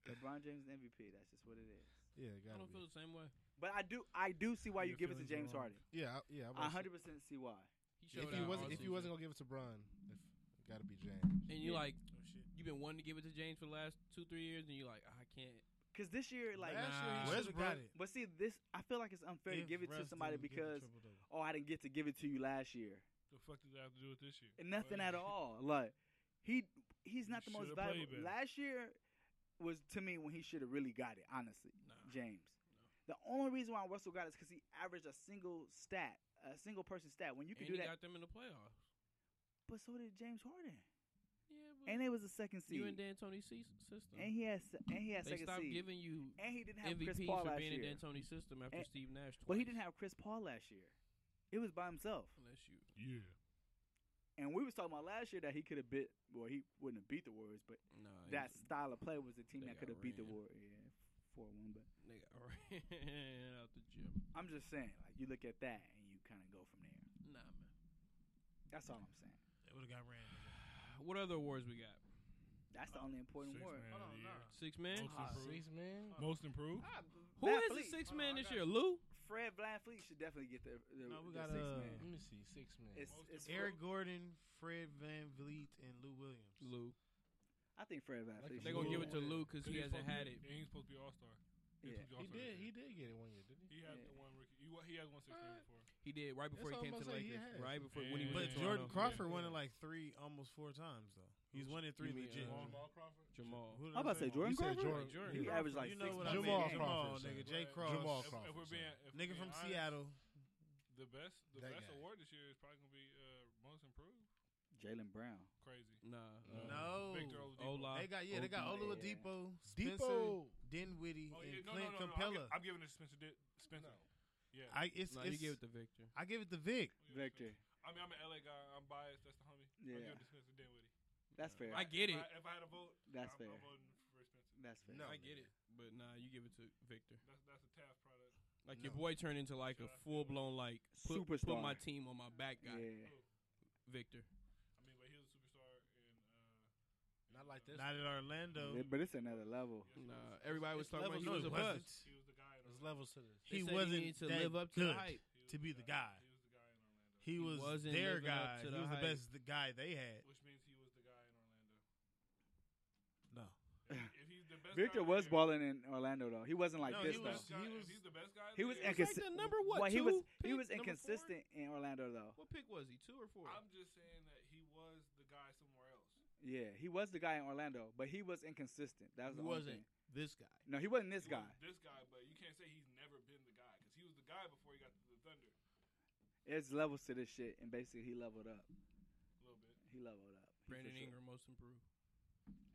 Speaker 1: LeBron James is the MVP. That's just what it is.
Speaker 6: yeah,
Speaker 2: I
Speaker 6: gotta
Speaker 2: don't feel
Speaker 6: be.
Speaker 2: the same way.
Speaker 1: But I do I do see why you
Speaker 4: Your
Speaker 1: give it to
Speaker 4: feelings
Speaker 1: James
Speaker 4: are wrong.
Speaker 1: Harden.
Speaker 6: Yeah, I, yeah. I'm
Speaker 1: I
Speaker 6: gonna say-
Speaker 1: 100 percent see why.
Speaker 2: He showed
Speaker 6: If you
Speaker 2: out
Speaker 6: wasn't,
Speaker 2: all
Speaker 6: if you
Speaker 2: season.
Speaker 6: wasn't gonna give it to Bron, if, it gotta be James.
Speaker 2: and you
Speaker 1: Yeah.
Speaker 2: like,
Speaker 3: Oh shit.
Speaker 2: you've been wanting to give it to James for the last two, three years, and you're like, I can't.
Speaker 1: Cause this year, like,
Speaker 2: Last year he
Speaker 3: should've got it.
Speaker 1: But see, this I feel like it's unfair to
Speaker 3: If
Speaker 1: give it to
Speaker 3: Russ
Speaker 1: somebody
Speaker 3: didn't get the
Speaker 1: because
Speaker 3: triple-double.
Speaker 1: oh, I didn't get to give it to you last year.
Speaker 4: The fuck does that have to do with this year?
Speaker 1: And nothing at
Speaker 4: Like,
Speaker 1: all. Like he he's not the most
Speaker 4: Shoulda played
Speaker 1: valuable.
Speaker 4: better.
Speaker 1: Last year was to me when he should have really got it. Honestly,
Speaker 2: Nah.
Speaker 1: James. The only reason why Russell got it is because he averaged a single stat, a single person stat. When you can
Speaker 2: and
Speaker 1: do
Speaker 2: he
Speaker 1: that,
Speaker 2: got them in the playoffs.
Speaker 1: but so did James Harden,
Speaker 2: Yeah, but
Speaker 1: and it was a second seed,
Speaker 2: you in
Speaker 1: and,
Speaker 2: D'Antoni's se- system.
Speaker 1: he has, and he had
Speaker 2: they
Speaker 1: second
Speaker 2: stopped
Speaker 1: seed,
Speaker 2: giving you
Speaker 1: and he didn't have Chris
Speaker 2: MVPs
Speaker 1: Paul
Speaker 2: for
Speaker 1: last
Speaker 2: being
Speaker 1: year.
Speaker 2: in D'Antoni's system after
Speaker 1: And-
Speaker 2: Steve Nash. Twice.
Speaker 1: But he didn't have Chris Paul last year. It was by himself.
Speaker 2: Unless you
Speaker 4: Yeah.
Speaker 1: And we was talking about last year that he could have bit. Well, he wouldn't have beat the Warriors, but
Speaker 2: nah, he
Speaker 1: that
Speaker 2: was-
Speaker 1: style of play was the team that
Speaker 2: They
Speaker 1: could
Speaker 2: got
Speaker 1: have beat the
Speaker 2: ran.
Speaker 1: Warriors. Yeah, four one. But
Speaker 2: nigga ran out the gym.
Speaker 1: I'm just saying, like you look at that and you kind of go from there.
Speaker 2: Nah, man.
Speaker 1: That's all I'm saying.
Speaker 3: They would have got ran.
Speaker 2: What other awards we got?
Speaker 1: That's the only important
Speaker 4: Six
Speaker 1: word.
Speaker 4: man
Speaker 3: Hold
Speaker 4: of
Speaker 3: on,
Speaker 4: the year.
Speaker 3: nah.
Speaker 2: Six man.
Speaker 4: Most improved.
Speaker 6: Six man.
Speaker 4: Most improved.
Speaker 1: Ah,
Speaker 2: Who
Speaker 1: Van
Speaker 2: is
Speaker 1: Fleet.
Speaker 2: the six
Speaker 3: Hold on, I
Speaker 2: man this
Speaker 3: got
Speaker 2: year?
Speaker 3: you.
Speaker 2: Lou.
Speaker 1: Fred VanVleet should definitely get the the,
Speaker 3: No, we
Speaker 1: the
Speaker 3: got,
Speaker 1: six
Speaker 3: uh,
Speaker 1: man.
Speaker 6: Let me see. Six man.
Speaker 1: It's,
Speaker 4: Most
Speaker 1: it's
Speaker 4: improved.
Speaker 3: Eric Gordon, Fred Van Vliet, and Lou Williams.
Speaker 2: Lou.
Speaker 1: I think Fred VanVleet.
Speaker 6: Like
Speaker 1: should
Speaker 2: They're gonna
Speaker 1: get
Speaker 2: give it to
Speaker 4: Yeah.
Speaker 2: Lou because he
Speaker 4: He's
Speaker 2: hasn't
Speaker 4: supposed to
Speaker 2: had
Speaker 4: be-
Speaker 2: it.
Speaker 4: And he's supposed to be all star.
Speaker 1: Yeah.
Speaker 6: He did. He did get it one year, didn't
Speaker 4: He
Speaker 6: he?
Speaker 1: Yeah.
Speaker 4: had
Speaker 1: Uh,
Speaker 4: the one rookie. He, wa- he has won six man
Speaker 6: Alright.
Speaker 4: before.
Speaker 2: He did right before
Speaker 6: That's
Speaker 2: he came
Speaker 6: what
Speaker 2: to
Speaker 6: I'm
Speaker 2: the
Speaker 6: gonna say, he
Speaker 2: Lakers.
Speaker 6: has.
Speaker 2: Right before when he was in
Speaker 4: But
Speaker 3: But
Speaker 4: Yeah.
Speaker 3: Jordan
Speaker 2: Toronto.
Speaker 3: Crawford
Speaker 4: Yeah.
Speaker 3: won it like three, almost four times though. He's
Speaker 2: Who's-
Speaker 3: one in three
Speaker 2: you mean,
Speaker 3: legit.
Speaker 2: uh,
Speaker 4: Jamal Crawford.
Speaker 2: Jamal.
Speaker 3: Who did
Speaker 1: I'm about to say Jordan
Speaker 6: You said
Speaker 1: Crawford.
Speaker 6: Jordan.
Speaker 2: Jordan.
Speaker 1: He
Speaker 2: Jordan.
Speaker 1: averaged like
Speaker 3: you know
Speaker 1: six.
Speaker 3: what
Speaker 1: man.
Speaker 3: I mean?
Speaker 6: Jamal
Speaker 3: Jamal,
Speaker 6: Crawford,
Speaker 3: nigga,
Speaker 6: son.
Speaker 3: Jay
Speaker 4: But
Speaker 3: Cross,
Speaker 6: Jamal
Speaker 4: if- If
Speaker 6: Crawford,
Speaker 4: we're
Speaker 6: son.
Speaker 4: being,
Speaker 3: nigga
Speaker 4: if we're
Speaker 3: from
Speaker 4: being honest,
Speaker 3: Seattle.
Speaker 4: the best, the
Speaker 6: That
Speaker 4: best
Speaker 6: guy.
Speaker 4: award this year is probably gonna be uh, most improved.
Speaker 1: Jalen Brown.
Speaker 4: Crazy.
Speaker 2: Nah. uh,
Speaker 3: No.
Speaker 4: Victor Oladipo.
Speaker 2: Ola.
Speaker 3: They got yeah, they got
Speaker 1: Oladipo.
Speaker 3: Oladipo, Spencer
Speaker 6: Depot.
Speaker 3: Dinwiddie,
Speaker 4: Oh,
Speaker 3: and
Speaker 4: yeah, no, no,
Speaker 3: Clint
Speaker 4: no, no, I'm,
Speaker 3: Capella.
Speaker 4: gi- I'm giving it to Spencer. Di- Spencer. Yeah.
Speaker 3: I it's,
Speaker 2: Nah,
Speaker 3: it's
Speaker 2: you give it to Victor.
Speaker 3: I give it to Vic.
Speaker 4: Yeah,
Speaker 1: Victor.
Speaker 4: I mean, I'm an LA guy. I'm biased. That's the homie.
Speaker 1: Yeah.
Speaker 4: I'll give it to Spencer Dinwiddie.
Speaker 1: That's fair.
Speaker 2: I get
Speaker 4: if
Speaker 2: it.
Speaker 4: I, if I had a vote,
Speaker 1: That's
Speaker 4: I'm,
Speaker 1: fair.
Speaker 4: I'm voting for Spencer.
Speaker 1: That's fair.
Speaker 6: No.
Speaker 2: I get it. But nah, you give it to Victor.
Speaker 4: That's that's a Taft product.
Speaker 2: Like
Speaker 6: No.
Speaker 2: your boy turned into like a
Speaker 4: Shout out to
Speaker 2: full blown like put, put
Speaker 1: Superstar.
Speaker 2: my team on my back guy.
Speaker 1: Yeah.
Speaker 2: Victor.
Speaker 4: I mean, but he was a superstar in. Uh,
Speaker 6: Not like this.
Speaker 3: Not at Orlando.
Speaker 1: Yeah, But it's another level.
Speaker 4: uh,
Speaker 2: Nah,
Speaker 4: yes, he was-
Speaker 2: everybody was talking about
Speaker 3: level
Speaker 2: he was a
Speaker 3: no,
Speaker 2: bust.
Speaker 3: wasn't.
Speaker 4: He was the guy. In
Speaker 6: There's
Speaker 4: Orlando.
Speaker 6: levels to this.
Speaker 2: They
Speaker 3: He
Speaker 2: said he
Speaker 3: wasn't
Speaker 2: needed to
Speaker 3: that
Speaker 2: live up to
Speaker 3: good.
Speaker 2: the hype.
Speaker 4: He was
Speaker 3: to be the guy.
Speaker 4: He was the guy in Orlando.
Speaker 3: He
Speaker 2: He
Speaker 3: was
Speaker 2: wasn't
Speaker 3: their
Speaker 2: living up
Speaker 3: guy.
Speaker 2: to
Speaker 3: He
Speaker 2: the
Speaker 3: was the
Speaker 2: hype.
Speaker 3: best guy they had.
Speaker 4: Which means he was the guy in Orlando.
Speaker 3: No,
Speaker 4: If he's the best
Speaker 1: Victor
Speaker 4: guy
Speaker 1: was
Speaker 4: there-
Speaker 1: balling in Orlando though. He wasn't like
Speaker 3: No,
Speaker 1: this
Speaker 4: he
Speaker 1: though.
Speaker 4: was,
Speaker 3: though.
Speaker 4: guy-
Speaker 3: He
Speaker 4: if
Speaker 3: was-
Speaker 4: he's the best guy.
Speaker 1: He was
Speaker 4: there,
Speaker 2: like the
Speaker 1: inconsistent.
Speaker 2: number, what,
Speaker 1: he
Speaker 2: two
Speaker 1: was he was
Speaker 2: pick? Number four?
Speaker 1: inconsistent in Orlando though.
Speaker 2: What pick was he? Two or four?
Speaker 4: I'm just saying that he was the guy somewhere else.
Speaker 1: Yeah, he was the guy in Orlando, but he was inconsistent. That was
Speaker 2: He
Speaker 1: the only
Speaker 2: wasn't
Speaker 1: thing.
Speaker 2: this guy.
Speaker 1: No, he wasn't this
Speaker 4: He
Speaker 1: guy.
Speaker 4: was This guy, but you can't say he's never been the guy because he was the guy before he got to the Thunder
Speaker 1: It's levels to this shit, and basically he leveled up.
Speaker 4: a little bit.
Speaker 1: He leveled up. He
Speaker 2: Brandon
Speaker 1: for sure-
Speaker 2: Ingram most improved.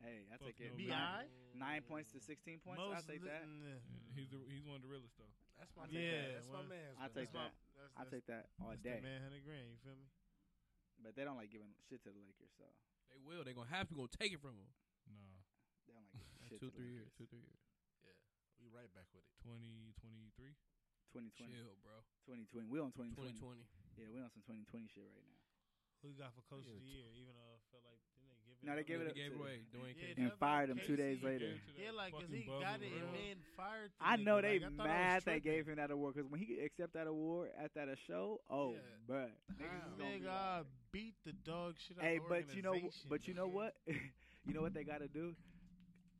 Speaker 1: Hey, I
Speaker 4: Fuck
Speaker 1: take it.
Speaker 4: no,
Speaker 1: Nine-
Speaker 6: Bi.
Speaker 1: Nine points
Speaker 6: Mm,
Speaker 1: to sixteen points. I take
Speaker 3: li-
Speaker 1: that.
Speaker 3: nah.
Speaker 4: He's the, he's one of the realest though.
Speaker 6: That's my
Speaker 1: I
Speaker 6: man.
Speaker 1: take that.
Speaker 6: That's
Speaker 3: Well,
Speaker 6: my man.
Speaker 1: I take
Speaker 3: That's my-
Speaker 1: that.
Speaker 3: that's-
Speaker 1: I
Speaker 3: that's-
Speaker 1: take that all
Speaker 3: that's the
Speaker 1: day.
Speaker 3: Man, hundred grand. You feel me?
Speaker 1: But they don't like giving shit to the Lakers, so
Speaker 2: They will. They're gonna have to. Gonna take it from him.
Speaker 4: No,
Speaker 1: they don't like giving shit.
Speaker 2: Like
Speaker 1: to the
Speaker 2: two, three
Speaker 1: Lakers.
Speaker 2: years. Two, three years.
Speaker 6: We right back with it.
Speaker 4: 2023.
Speaker 1: 2020,
Speaker 2: Chill, bro.
Speaker 1: 2020. We on 2020.
Speaker 2: Twenty twenty.
Speaker 1: Yeah, we on some 2020 shit right now.
Speaker 3: Who you got for coach of
Speaker 6: Yeah,
Speaker 3: the year? Even though I felt like didn't they give it.
Speaker 1: No, they
Speaker 3: up?
Speaker 1: gave it
Speaker 2: They
Speaker 1: up
Speaker 2: gave
Speaker 1: to-
Speaker 2: it away. Dwayne
Speaker 3: Yeah,
Speaker 2: Casey.
Speaker 1: And
Speaker 3: Devin
Speaker 1: fired him two
Speaker 3: Casey.
Speaker 1: days later.
Speaker 3: Yeah, like 'cause he got it and then fired. the
Speaker 1: I
Speaker 3: nigga.
Speaker 1: know they
Speaker 3: Like, I thought I was
Speaker 1: mad they
Speaker 3: tripping.
Speaker 1: gave him that award because when he accept that award at that a show, oh,
Speaker 6: Yeah.
Speaker 1: bruh, niggas is
Speaker 6: How?
Speaker 1: gonna be
Speaker 3: Nigga,
Speaker 1: like-
Speaker 3: I beat the dog shit out
Speaker 1: hey,
Speaker 3: the
Speaker 1: but you know,
Speaker 3: organization,
Speaker 1: but you know
Speaker 3: nigga.
Speaker 1: what? you know what they gotta do?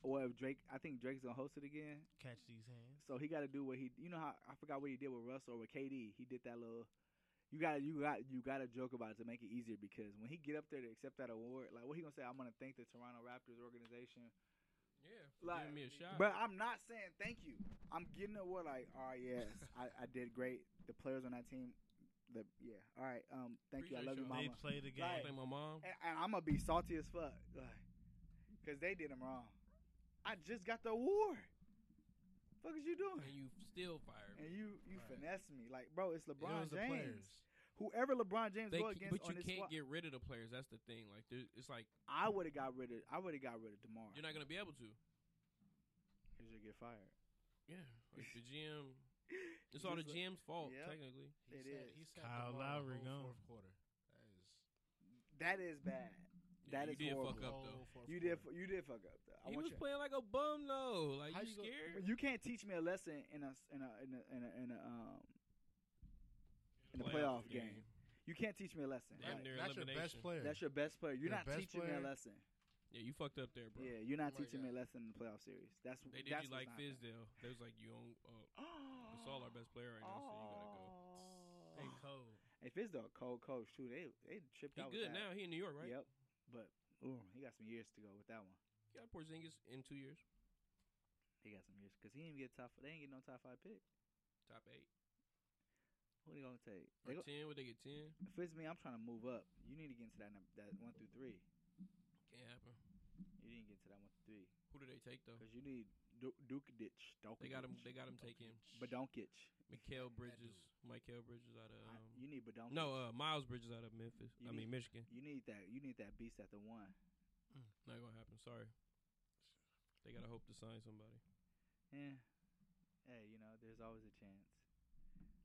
Speaker 1: Well, if Drake, I think Drake's gonna host it again,
Speaker 3: Catch these hands.
Speaker 1: so he gotta do what he. You know how I forgot what he did with Russell or with KD. He did that little. You gotta, you got, you gotta joke about it to make it easier because when he get up there to accept that award, like what he gonna say? I'm gonna thank the Toronto Raptors organization
Speaker 2: Yeah, for
Speaker 1: Like,
Speaker 2: giving me a shot.
Speaker 1: But I'm not saying thank you. I'm getting the award like, all right, yes, I, I did great. The players on that team, the yeah, all right, um, thank you, I
Speaker 2: Appreciate
Speaker 1: love you,
Speaker 2: y'all.
Speaker 1: mama.
Speaker 3: They played the game.
Speaker 1: Like-
Speaker 2: Thank my mom.
Speaker 1: And, and I'm gonna be salty as fuck, like, cause they did him wrong. I just got the award. Fuck is you
Speaker 2: And
Speaker 1: doing?
Speaker 2: you still fired.
Speaker 1: And you you
Speaker 6: Right.
Speaker 1: finesse me, like, bro, it's
Speaker 6: it
Speaker 1: LeBron
Speaker 6: was the
Speaker 1: James.
Speaker 6: players.
Speaker 1: Whoever LeBron James
Speaker 2: They
Speaker 1: go
Speaker 2: c-
Speaker 1: against
Speaker 2: but
Speaker 1: on
Speaker 2: you
Speaker 1: this
Speaker 2: can't
Speaker 1: squad,
Speaker 2: get rid of the players. That's the thing. Like, there, it's like
Speaker 1: I would have got rid of. I would have got rid of Demar.
Speaker 2: you're not gonna be able to.
Speaker 1: Cause you get fired.
Speaker 2: Yeah, like the GM. It's all the
Speaker 1: Just like-
Speaker 2: GM's fault,
Speaker 1: Yep.
Speaker 2: technically.
Speaker 6: He
Speaker 1: It
Speaker 6: sat-
Speaker 1: is.
Speaker 6: He sat
Speaker 3: Kyle
Speaker 6: Kyle
Speaker 3: Lowry
Speaker 6: Lowry
Speaker 3: gone.
Speaker 6: Fourth quarter.
Speaker 1: That
Speaker 6: That is
Speaker 1: is bad.
Speaker 2: Yeah,
Speaker 1: That
Speaker 2: you
Speaker 1: is
Speaker 2: did
Speaker 1: horrible.
Speaker 2: fuck up though.
Speaker 1: You did. fu- You did fuck up. Though. I
Speaker 2: he
Speaker 1: want
Speaker 2: was
Speaker 1: you-
Speaker 2: playing like a bum though. Like
Speaker 6: How
Speaker 2: you
Speaker 6: you go-
Speaker 2: scared?
Speaker 1: But you can't teach me a lesson in a in a in a in a, in a um. In the playoff game, you can't teach me a lesson.
Speaker 2: Damn
Speaker 1: Like,
Speaker 2: near
Speaker 6: That's your
Speaker 2: elimination.
Speaker 6: best player.
Speaker 1: that's your best player. You're not
Speaker 6: Your best
Speaker 1: teaching me
Speaker 6: player?
Speaker 1: a lesson.
Speaker 2: Yeah, you fucked up there, bro.
Speaker 1: Yeah, you're not
Speaker 6: Oh my
Speaker 1: teaching me a
Speaker 6: God.
Speaker 1: lesson in the playoff series. That's
Speaker 2: They did
Speaker 1: that's what's
Speaker 2: you like
Speaker 1: not happening.
Speaker 2: Fisdale. They was like, you don't. Uh, it's all our best player right now, so you gotta go.
Speaker 1: Oh.
Speaker 3: They cold.
Speaker 1: Hey, Fisdale, cold coach too. They they tripped
Speaker 2: He
Speaker 1: out.
Speaker 2: good
Speaker 1: with that.
Speaker 2: now. He in New York, right?
Speaker 1: Yep. But Ooh, he got some years to go with that one.
Speaker 2: He got Porzingis in two years,
Speaker 1: He got some years because he didn't get top. They didn't get no top five pick.
Speaker 2: top eight
Speaker 1: Who they gonna take? They
Speaker 2: or
Speaker 1: go,
Speaker 2: ten. Would they get ten?
Speaker 1: if it's me, I'm trying to move up. You need to get into that num- that one through three.
Speaker 2: Can't happen.
Speaker 1: You didn't get into that one through three
Speaker 2: Who do they take though?
Speaker 1: because you need Du- Duke Ditch.
Speaker 2: They got him. They got him taking
Speaker 1: Badonkic.
Speaker 2: Mikael Bridges. Mikael Bridges out of
Speaker 1: I-
Speaker 2: um,
Speaker 1: you need Badonkic.
Speaker 2: no uh, Miles Bridges out of Memphis.
Speaker 1: You
Speaker 2: I
Speaker 1: need-
Speaker 2: mean Michigan. Mm.
Speaker 1: you need that. You need that beast at the one.
Speaker 2: Not gonna happen. Sorry. They gotta hope to sign somebody.
Speaker 1: Yeah. Eh. Hey, you know, there's always a chance.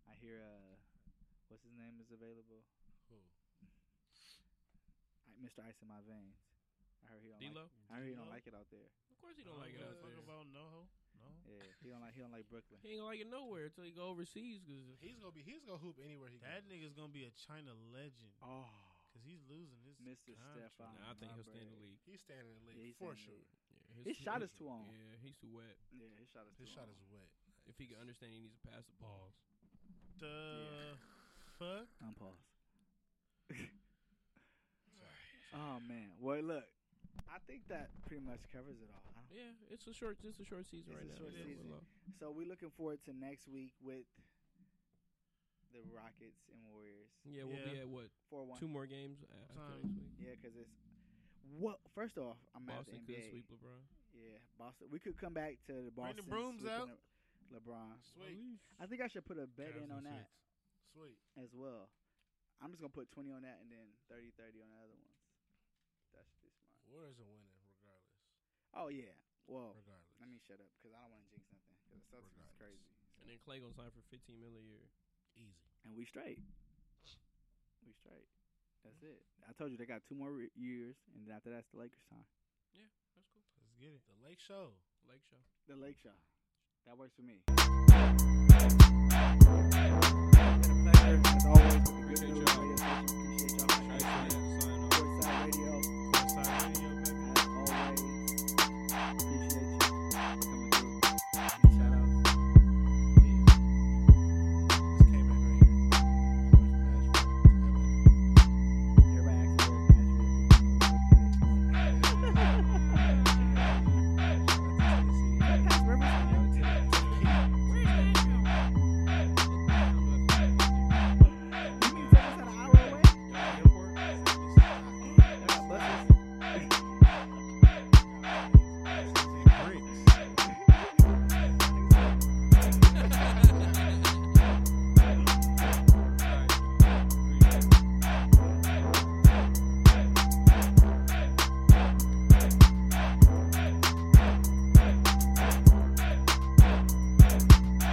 Speaker 1: I hear uh, what's his name is available.
Speaker 6: Who?
Speaker 1: I, Mr. Ice in my veins. I heard he don't. Like,
Speaker 2: D'Lo.
Speaker 1: I heard he don't
Speaker 3: D-Lo?
Speaker 1: like it out there.
Speaker 2: Of course he don't like it
Speaker 3: give a
Speaker 2: out
Speaker 3: fuck
Speaker 2: there.
Speaker 3: about NoHo. No.
Speaker 1: Yeah, he don't like he don't like Brooklyn.
Speaker 2: He ain't gonna like it nowhere until he go overseas. Cause
Speaker 6: He's gonna be. He's gonna hoop anywhere he
Speaker 3: That
Speaker 6: goes.
Speaker 3: nigga's gonna be a China legend
Speaker 1: Oh,
Speaker 3: because he's losing his.
Speaker 1: Mr.
Speaker 3: contract.
Speaker 1: Stefan.
Speaker 2: Nah, I
Speaker 1: my
Speaker 2: think he'll stay in the
Speaker 1: bad.
Speaker 2: league.
Speaker 6: He's standing in the
Speaker 1: Yeah,
Speaker 6: league
Speaker 1: he's
Speaker 6: for
Speaker 1: standing in
Speaker 6: sure.
Speaker 1: the
Speaker 2: Yeah,
Speaker 1: His shot is too long.
Speaker 2: Yeah, he's too wet.
Speaker 1: Yeah, his shot is
Speaker 6: His
Speaker 1: too
Speaker 6: shot
Speaker 1: long.
Speaker 6: is wet.
Speaker 2: If he can understand, he needs to pass the ball.
Speaker 3: The fuck.
Speaker 1: I'm paused. Oh man. Well, look, I think that pretty much covers it all. I don't-
Speaker 2: Yeah, it's a short. It's a short season
Speaker 1: It's
Speaker 2: right
Speaker 1: a
Speaker 2: now. uh,
Speaker 1: short
Speaker 2: It's a
Speaker 1: season.
Speaker 2: little low.
Speaker 1: So we're looking forward to next week with the Rockets and Warriors.
Speaker 2: Yeah, we'll be
Speaker 3: Yeah.
Speaker 2: at what
Speaker 1: Four one.
Speaker 2: two more games Ah, a- after
Speaker 3: Time.
Speaker 2: next week.
Speaker 1: Yeah, because it's what. First off, I'm
Speaker 2: Boston
Speaker 1: at the
Speaker 2: could
Speaker 1: NBA.
Speaker 2: sweep LeBron.
Speaker 1: Yeah, Boston. We could come back to the Boston.
Speaker 3: brooms
Speaker 1: sweeping
Speaker 3: out.
Speaker 1: Le- LeBron.
Speaker 6: Sweet.
Speaker 1: I think I should put a bet in on that
Speaker 6: Sweet.
Speaker 1: as well. I'm just gonna put 20 on that and then 30 30 on the other ones. That's just mine.
Speaker 6: Warriors are winning regardless.
Speaker 1: Oh yeah. Well,
Speaker 6: Regardless.
Speaker 1: let me shut up because I don't want to jinx nothing because the Celtics is
Speaker 6: Regardless.
Speaker 1: crazy.
Speaker 2: And then Clay gonna sign for 15 mil a year.
Speaker 6: Easy.
Speaker 1: And we straight. We straight. That's it. I told you they got two more re- years, and then after that's the Lakers time.
Speaker 2: That's cool.
Speaker 3: Let's get it.
Speaker 6: The Lake Show.
Speaker 2: Lake show.
Speaker 1: The Lake Shot. That works for me.
Speaker 2: Appreciate y'all.
Speaker 1: Appreciate you.